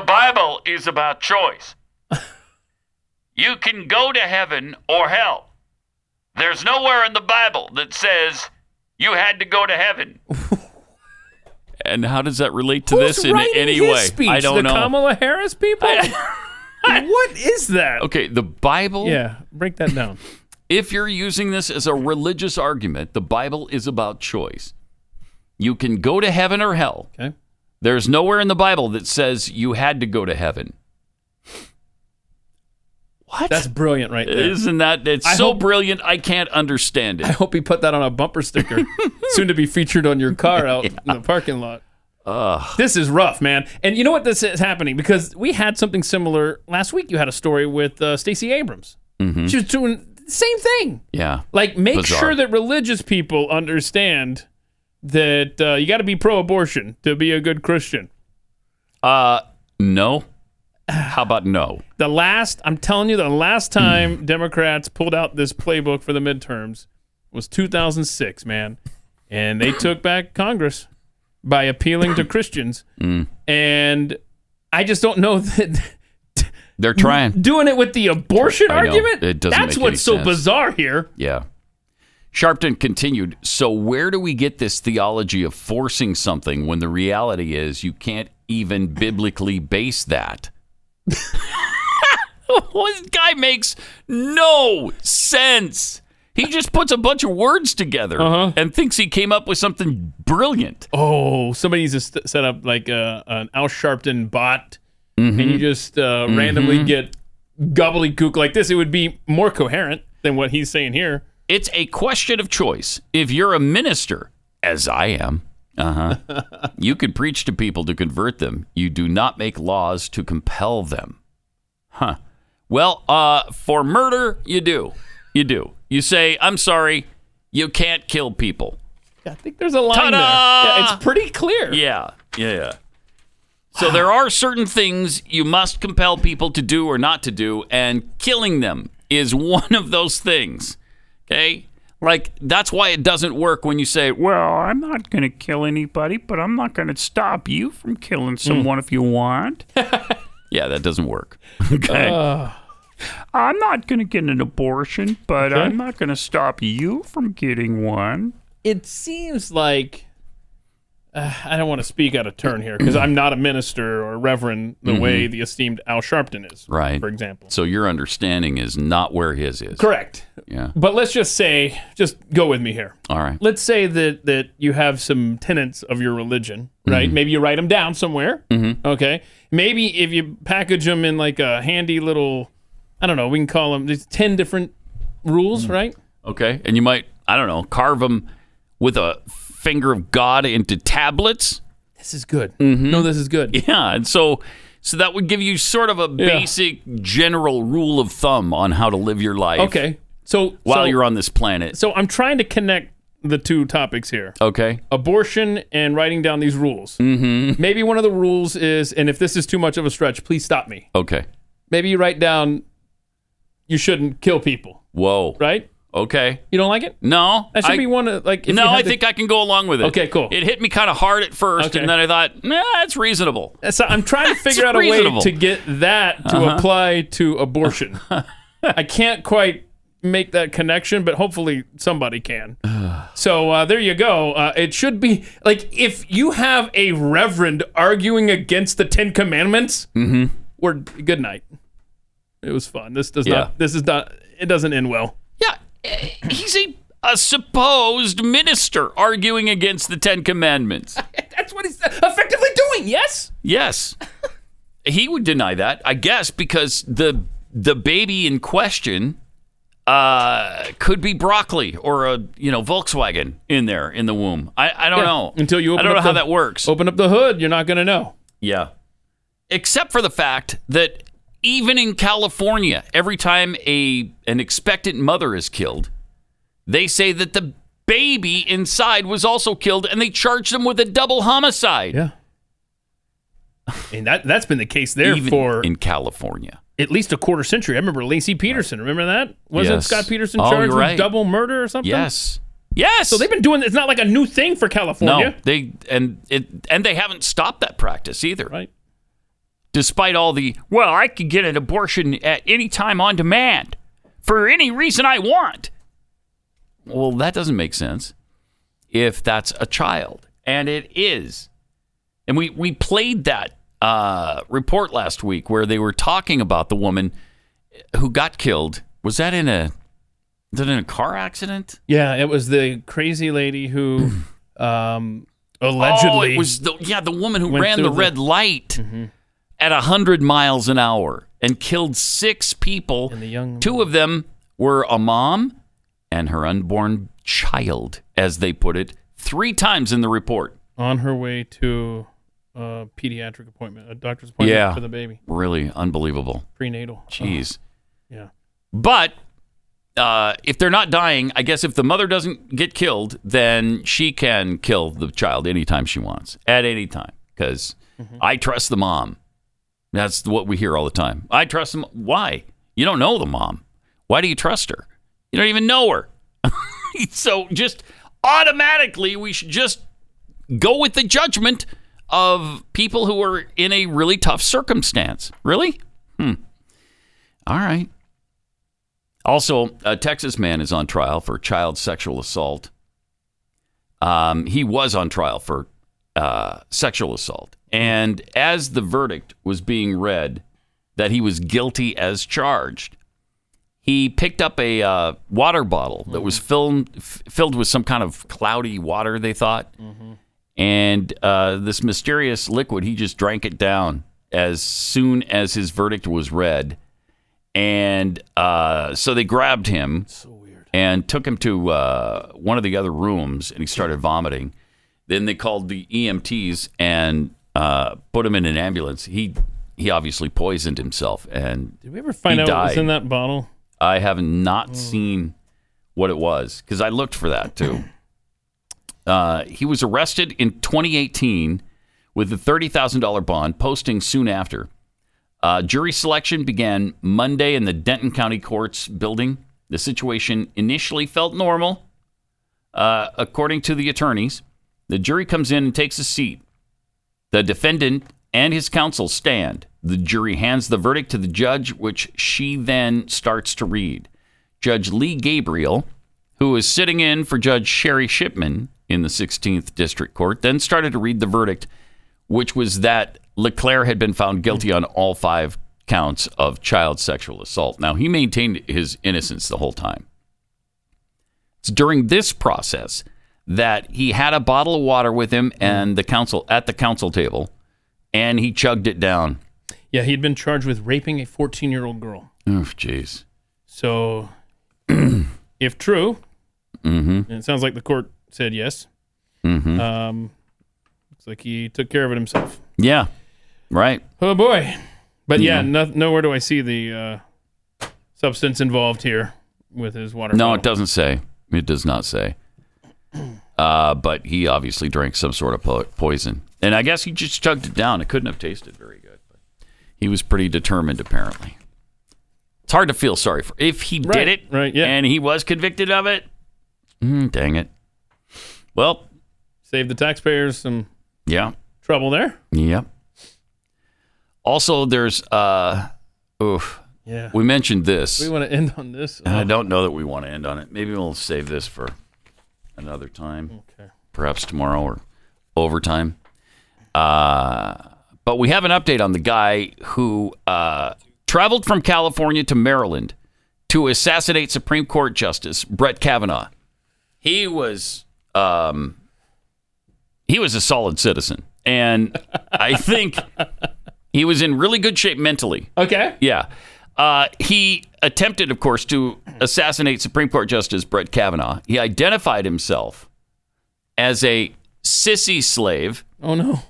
The Bible is about [LAUGHS] choice. you can go to heaven or hell. There's nowhere in the Bible that says you had to go to heaven. [LAUGHS] and how does that relate to
Who's
this in
writing
any
his
way?
speech?
I don't
the
know.
Kamala Harris people. [LAUGHS] what is that?
Okay, the Bible.
Yeah, break that down.
If you're using this as a religious argument, the Bible is about choice. You can go to heaven or hell.
Okay.
There's nowhere in the Bible that says you had to go to heaven. What?
That's brilliant, right there.
Isn't that it's
I
so
hope-
brilliant? I can't understand
I [LAUGHS]
it.
hope he put that on a
[LAUGHS]
bumper sticker, soon to be featured on your car out in the parking lot. This is rough, man. And you know what this is happening because we had something similar last week. You had a story with uh, Stacey Abrams.
Mhm.
She was doing the same thing.
Yeah.
Like, make
Bizarre.
sure that religious people understand that uh, you got to be pro-abortion to be a good Christian.
Uh no. How about no?
The last, I'm telling you, the
Hmm.
last time Democrats pulled out this playbook for the midterms was 2006, man, and they took back Congress by appealing to Christians.
[CLEARS THROAT] Mm.
And I just don't know [LAUGHS] that
They're trying.
doing it with the abortion
I know.
argument.
It doesn't
That's
make
what's
any
so
sense.
bizarre here.
Yeah. Sharpton continued, so where do we get this theology of forcing something when the [LAUGHS] reality is you can't even biblically base that? this guy makes no sense. He just puts a bunch of words together and thinks he came up with something brilliant.
Oh, somebody needs to st- set up like uh, an Al Sharpton bot, and
Mm-hmm.
you just uh, randomly
Mhm.
get gobbledygook like this. It would be more coherent than what he's saying here.
It's a question of choice. If you're a minister, as I am, uh-huh, you could preach to people to convert them. You do not make laws to compel them. Huh. Well, uh, for murder, you do. You do. You say, I'm sorry, you can't kill people.
I think there's a line
Ta-da!
there. Yeah, it's pretty clear.
Yeah, yeah, yeah. So there are certain things you must compel people to do or not to do, and killing them is [LAUGHS] one of those things. Okay? Like that's why it doesn't work when you say,
Well, I'm not going to kill anybody, but I'm not going to stop you from killing
Hmm.
someone if you
[LAUGHS]
want.
yeah, that doesn't work. [LAUGHS] Okay.
I'm not going to get an abortion, but
Okay.
I'm not going to stop you from getting one.
It seems like uh, I don't want to speak out of turn here because I'm not a minister or reverend the way the esteemed Al Sharpton is.
Mm-hmm. right.
For example.
So your understanding is not where his is.
Correct.
Yeah. Oh.
But let's just say, just go with me here.
All right.
Let's say that that you have some tenets of your religion, right?
Mm-hmm.
Maybe you write them down somewhere.
Mhm.
Okay. Maybe if you package them in like a handy little, I don't know, we can call them there's ten different
Mm.
rules, right?
Okay. And you might, I don't know, carve them with a finger of God into tablets.
This is good.
Mm-hmm.
No, this is good.
Yeah, and so so that would give you sort of a basic general rule of thumb on how to live your life.
Okay. So
While
so-
you're on this planet.
so I'm trying to connect the two topics here.
Okay.
Abortion and writing down these rules.
Mm-hmm.
Maybe one of the rules is, and if this is too much of a stretch, please stop me.
Okay.
Maybe you write down you shouldn't kill people,
Whoa.
right?
Okay.
You don't like it?
No.
That should
I-
be one of like. if
no,
you had
I
to-
think I can go along with it.
Okay, cool.
It hit me kind of hard at first,
Okay.
and then I thought, nah, that's reasonable.
So I'm trying to figure out a
reasonable.
way to get that to
Uh-huh.
apply to
[LAUGHS]
abortion. I can't quite make that connection, but hopefully
[SIGHS]
somebody can. So uh, there you go. Uh, it should be like if you have a reverend arguing against the Ten Commandments,
Mm-hmm.
we're good night. It was fun. This does
Yeah.
not. This is not. It doesn't end well.
eh, He's a, a supposed minister arguing against the Ten Commandments.
That's what he's effectively doing. Yes.
Yes. he would deny that, I guess, because the the baby in question uh, could be broccoli or a you know Volkswagen in there in the womb. I, I don't
Yeah,
know
Until you. Open
I don't
up
know how
the-
that works.
Open up the hood. You're not going to know.
Yeah. Except for the fact that even in California, every time a an expectant mother is killed, they say that the baby inside was also killed, and they charge them with a double homicide.
Yeah. And that that's been the case there
Even
for
in California.
at least a quarter century. I remember Lacey Peterson. Remember that? Wasn't
Yes.
Scott Peterson
Oh,
charged
you're
with
right.
double murder or something?
Yes. Yes.
So they've been doing. It's not like a new thing for California.
No, they and it and they haven't stopped that practice either.
Right.
Despite all the well, I could get an abortion at any time on demand for any reason I want. Well, that doesn't make sense if that's a child, and it is. And we we played that uh, report last week where they were talking about the woman who got killed. Was that in a? Was that in a car accident?
Yeah, it was the crazy lady who
[CLEARS THROAT]
um, allegedly
Oh, it was the yeah the woman who
went
ran the,
through Mm-hmm.
red light at hundred miles an hour and killed six people.
And the young
Two of them were a mom and her unborn child, as they put it, three times in the report.
on her way to a pediatric appointment, a doctor's appointment for the baby,
really unbelievable.
prenatal.
Jeez.
yeah.
But uh, if they're not dying, I guess if the mother doesn't get killed, then she can kill the child anytime she wants, at any time, because I trust the mom. That's what we hear all the time. I trust them. Why? You don't know the mom. Why do you trust her? You don't even know her. [LAUGHS] so just automatically, we should just go with the judgment of people who are in a really tough circumstance. Really? Hmm. All right. Also, a Texas man is on trial for child sexual assault. Um, he was on trial for uh, sexual assault. And as the verdict was being read, that he was guilty as charged. He picked up a uh, water bottle that
Mm-hmm.
was filled f- filled with some kind of cloudy water. They thought,
Mm-hmm.
and uh, this mysterious liquid, he just drank it down as soon as his verdict was read. And uh, so they grabbed him and took him to uh, one of the other rooms, and he started vomiting. Then they called the EMTs and uh, put him in an ambulance. He he obviously poisoned himself, and
Did we ever find
he
out what was
died.
in that bottle?
I have not seen what it was because I looked for that too. Uh, he was arrested in 2018 with a $30,000 bond, posting soon after. Uh, jury selection began Monday in the Denton County Courts building. The situation initially felt normal, uh, according to the attorneys. The jury comes in and takes a seat. The defendant and his counsel stand. The jury hands the verdict to the judge, which she then starts to read. Judge Lee Gabriel, who is sitting in for Judge Sherry Shipman in the 16th District Court, then started to read the verdict, which was that LeClaire had been found guilty on all five counts of child sexual assault. Now, he maintained his innocence the whole time. It's during this process that he had a bottle of water with him and the council at the council table, and he chugged it down.
Yeah, he'd been charged with raping a 14 year old girl.
Oh, jeez. [CLEARS THROAT]
So, if true,
Mm-hmm.
and it sounds like the court said yes.
Mhm.
Um, looks like he took care of it himself.
Yeah. Right.
Oh boy, but
Yeah.
yeah, no, nowhere do I see the uh, substance involved here with his water.
No,
bottle.
it doesn't say. It does not say. Uh, but he obviously drank some sort of po- poison, and I guess he just chugged it down. It couldn't have tasted very good. But he was pretty determined, apparently. It's hard to feel sorry for if he
Right,
did it, right? Yeah, and he was convicted of it. Mm, dang it. Well,
save the taxpayers some
Yeah.
trouble there.
Yep. Also, there's uh, oof.
Yeah.
We mentioned this.
We want to end on this.
I don't know that we want to end on it. Maybe we'll save this for another time. Okay. Perhaps tomorrow or overtime. Uh, but we have an update on the guy who uh, traveled from California to Maryland to assassinate Supreme Court Justice Brett Kavanaugh. He was um, he was a solid citizen, and I think he was in really good shape mentally.
Okay.
Yeah. Uh, he attempted, of course, to assassinate Supreme Court Justice Brett Kavanaugh. He identified himself as a sissy slave.
Oh, no.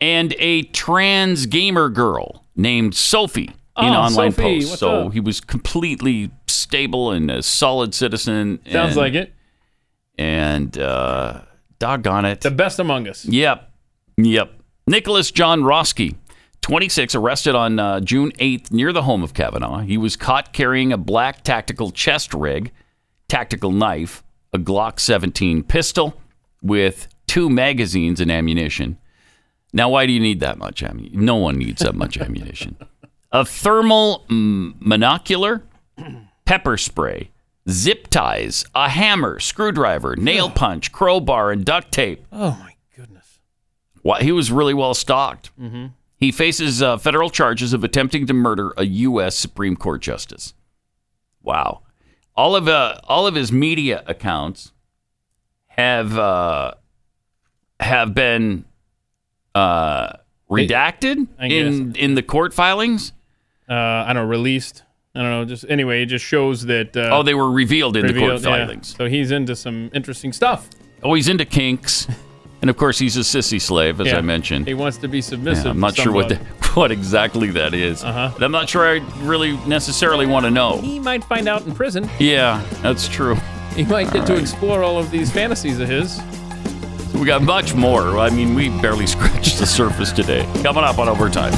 And a trans gamer girl named Sophie in
Oh,
online
Sophie,
posts.
what's
So
up?
he was completely stable and a solid citizen.
Sounds
and-
like it.
And uh, doggone it. The
best among us.
Yep. Yep. Nicholas John Roski, 26, arrested on uh, June 8th near the home of Kavanaugh. He was caught carrying a black tactical chest rig, tactical knife, a Glock 17 pistol with two magazines and ammunition. Now, why do you need that much ammunition? No one needs that much ammunition. A thermal mm, monocular, pepper spray, zip ties, a hammer, screwdriver, nail punch, crowbar, and duct tape.
Oh my.
Why- He was really well stocked.
Mhm.
He faces uh, federal charges of attempting to murder a U.S. Supreme Court justice. Wow. All of uh, all of his media accounts have uh, have been uh, redacted
I
in in the court filings.
Uh, I don't know, released. I don't know. Just anyway, it just shows that. Uh,
Oh, they were revealed in the court
yeah.
filings.
So he's into some interesting stuff.
Oh, he's into kinks, and of course he's a sissy slave, as
Yeah.
I mentioned.
He wants to be submissive.
Yeah, I'm not
to
sure what the, [LAUGHS]
somebody.
what exactly that is.
Uh-huh.
And I'm not sure I really necessarily want to know.
He might find out in prison.
Yeah, that's true.
He might get
All
to
right.
explore all of these fantasies of his.
We got much more. I [LAUGHS] mean, we barely scratched the surface today. Coming up on overtime.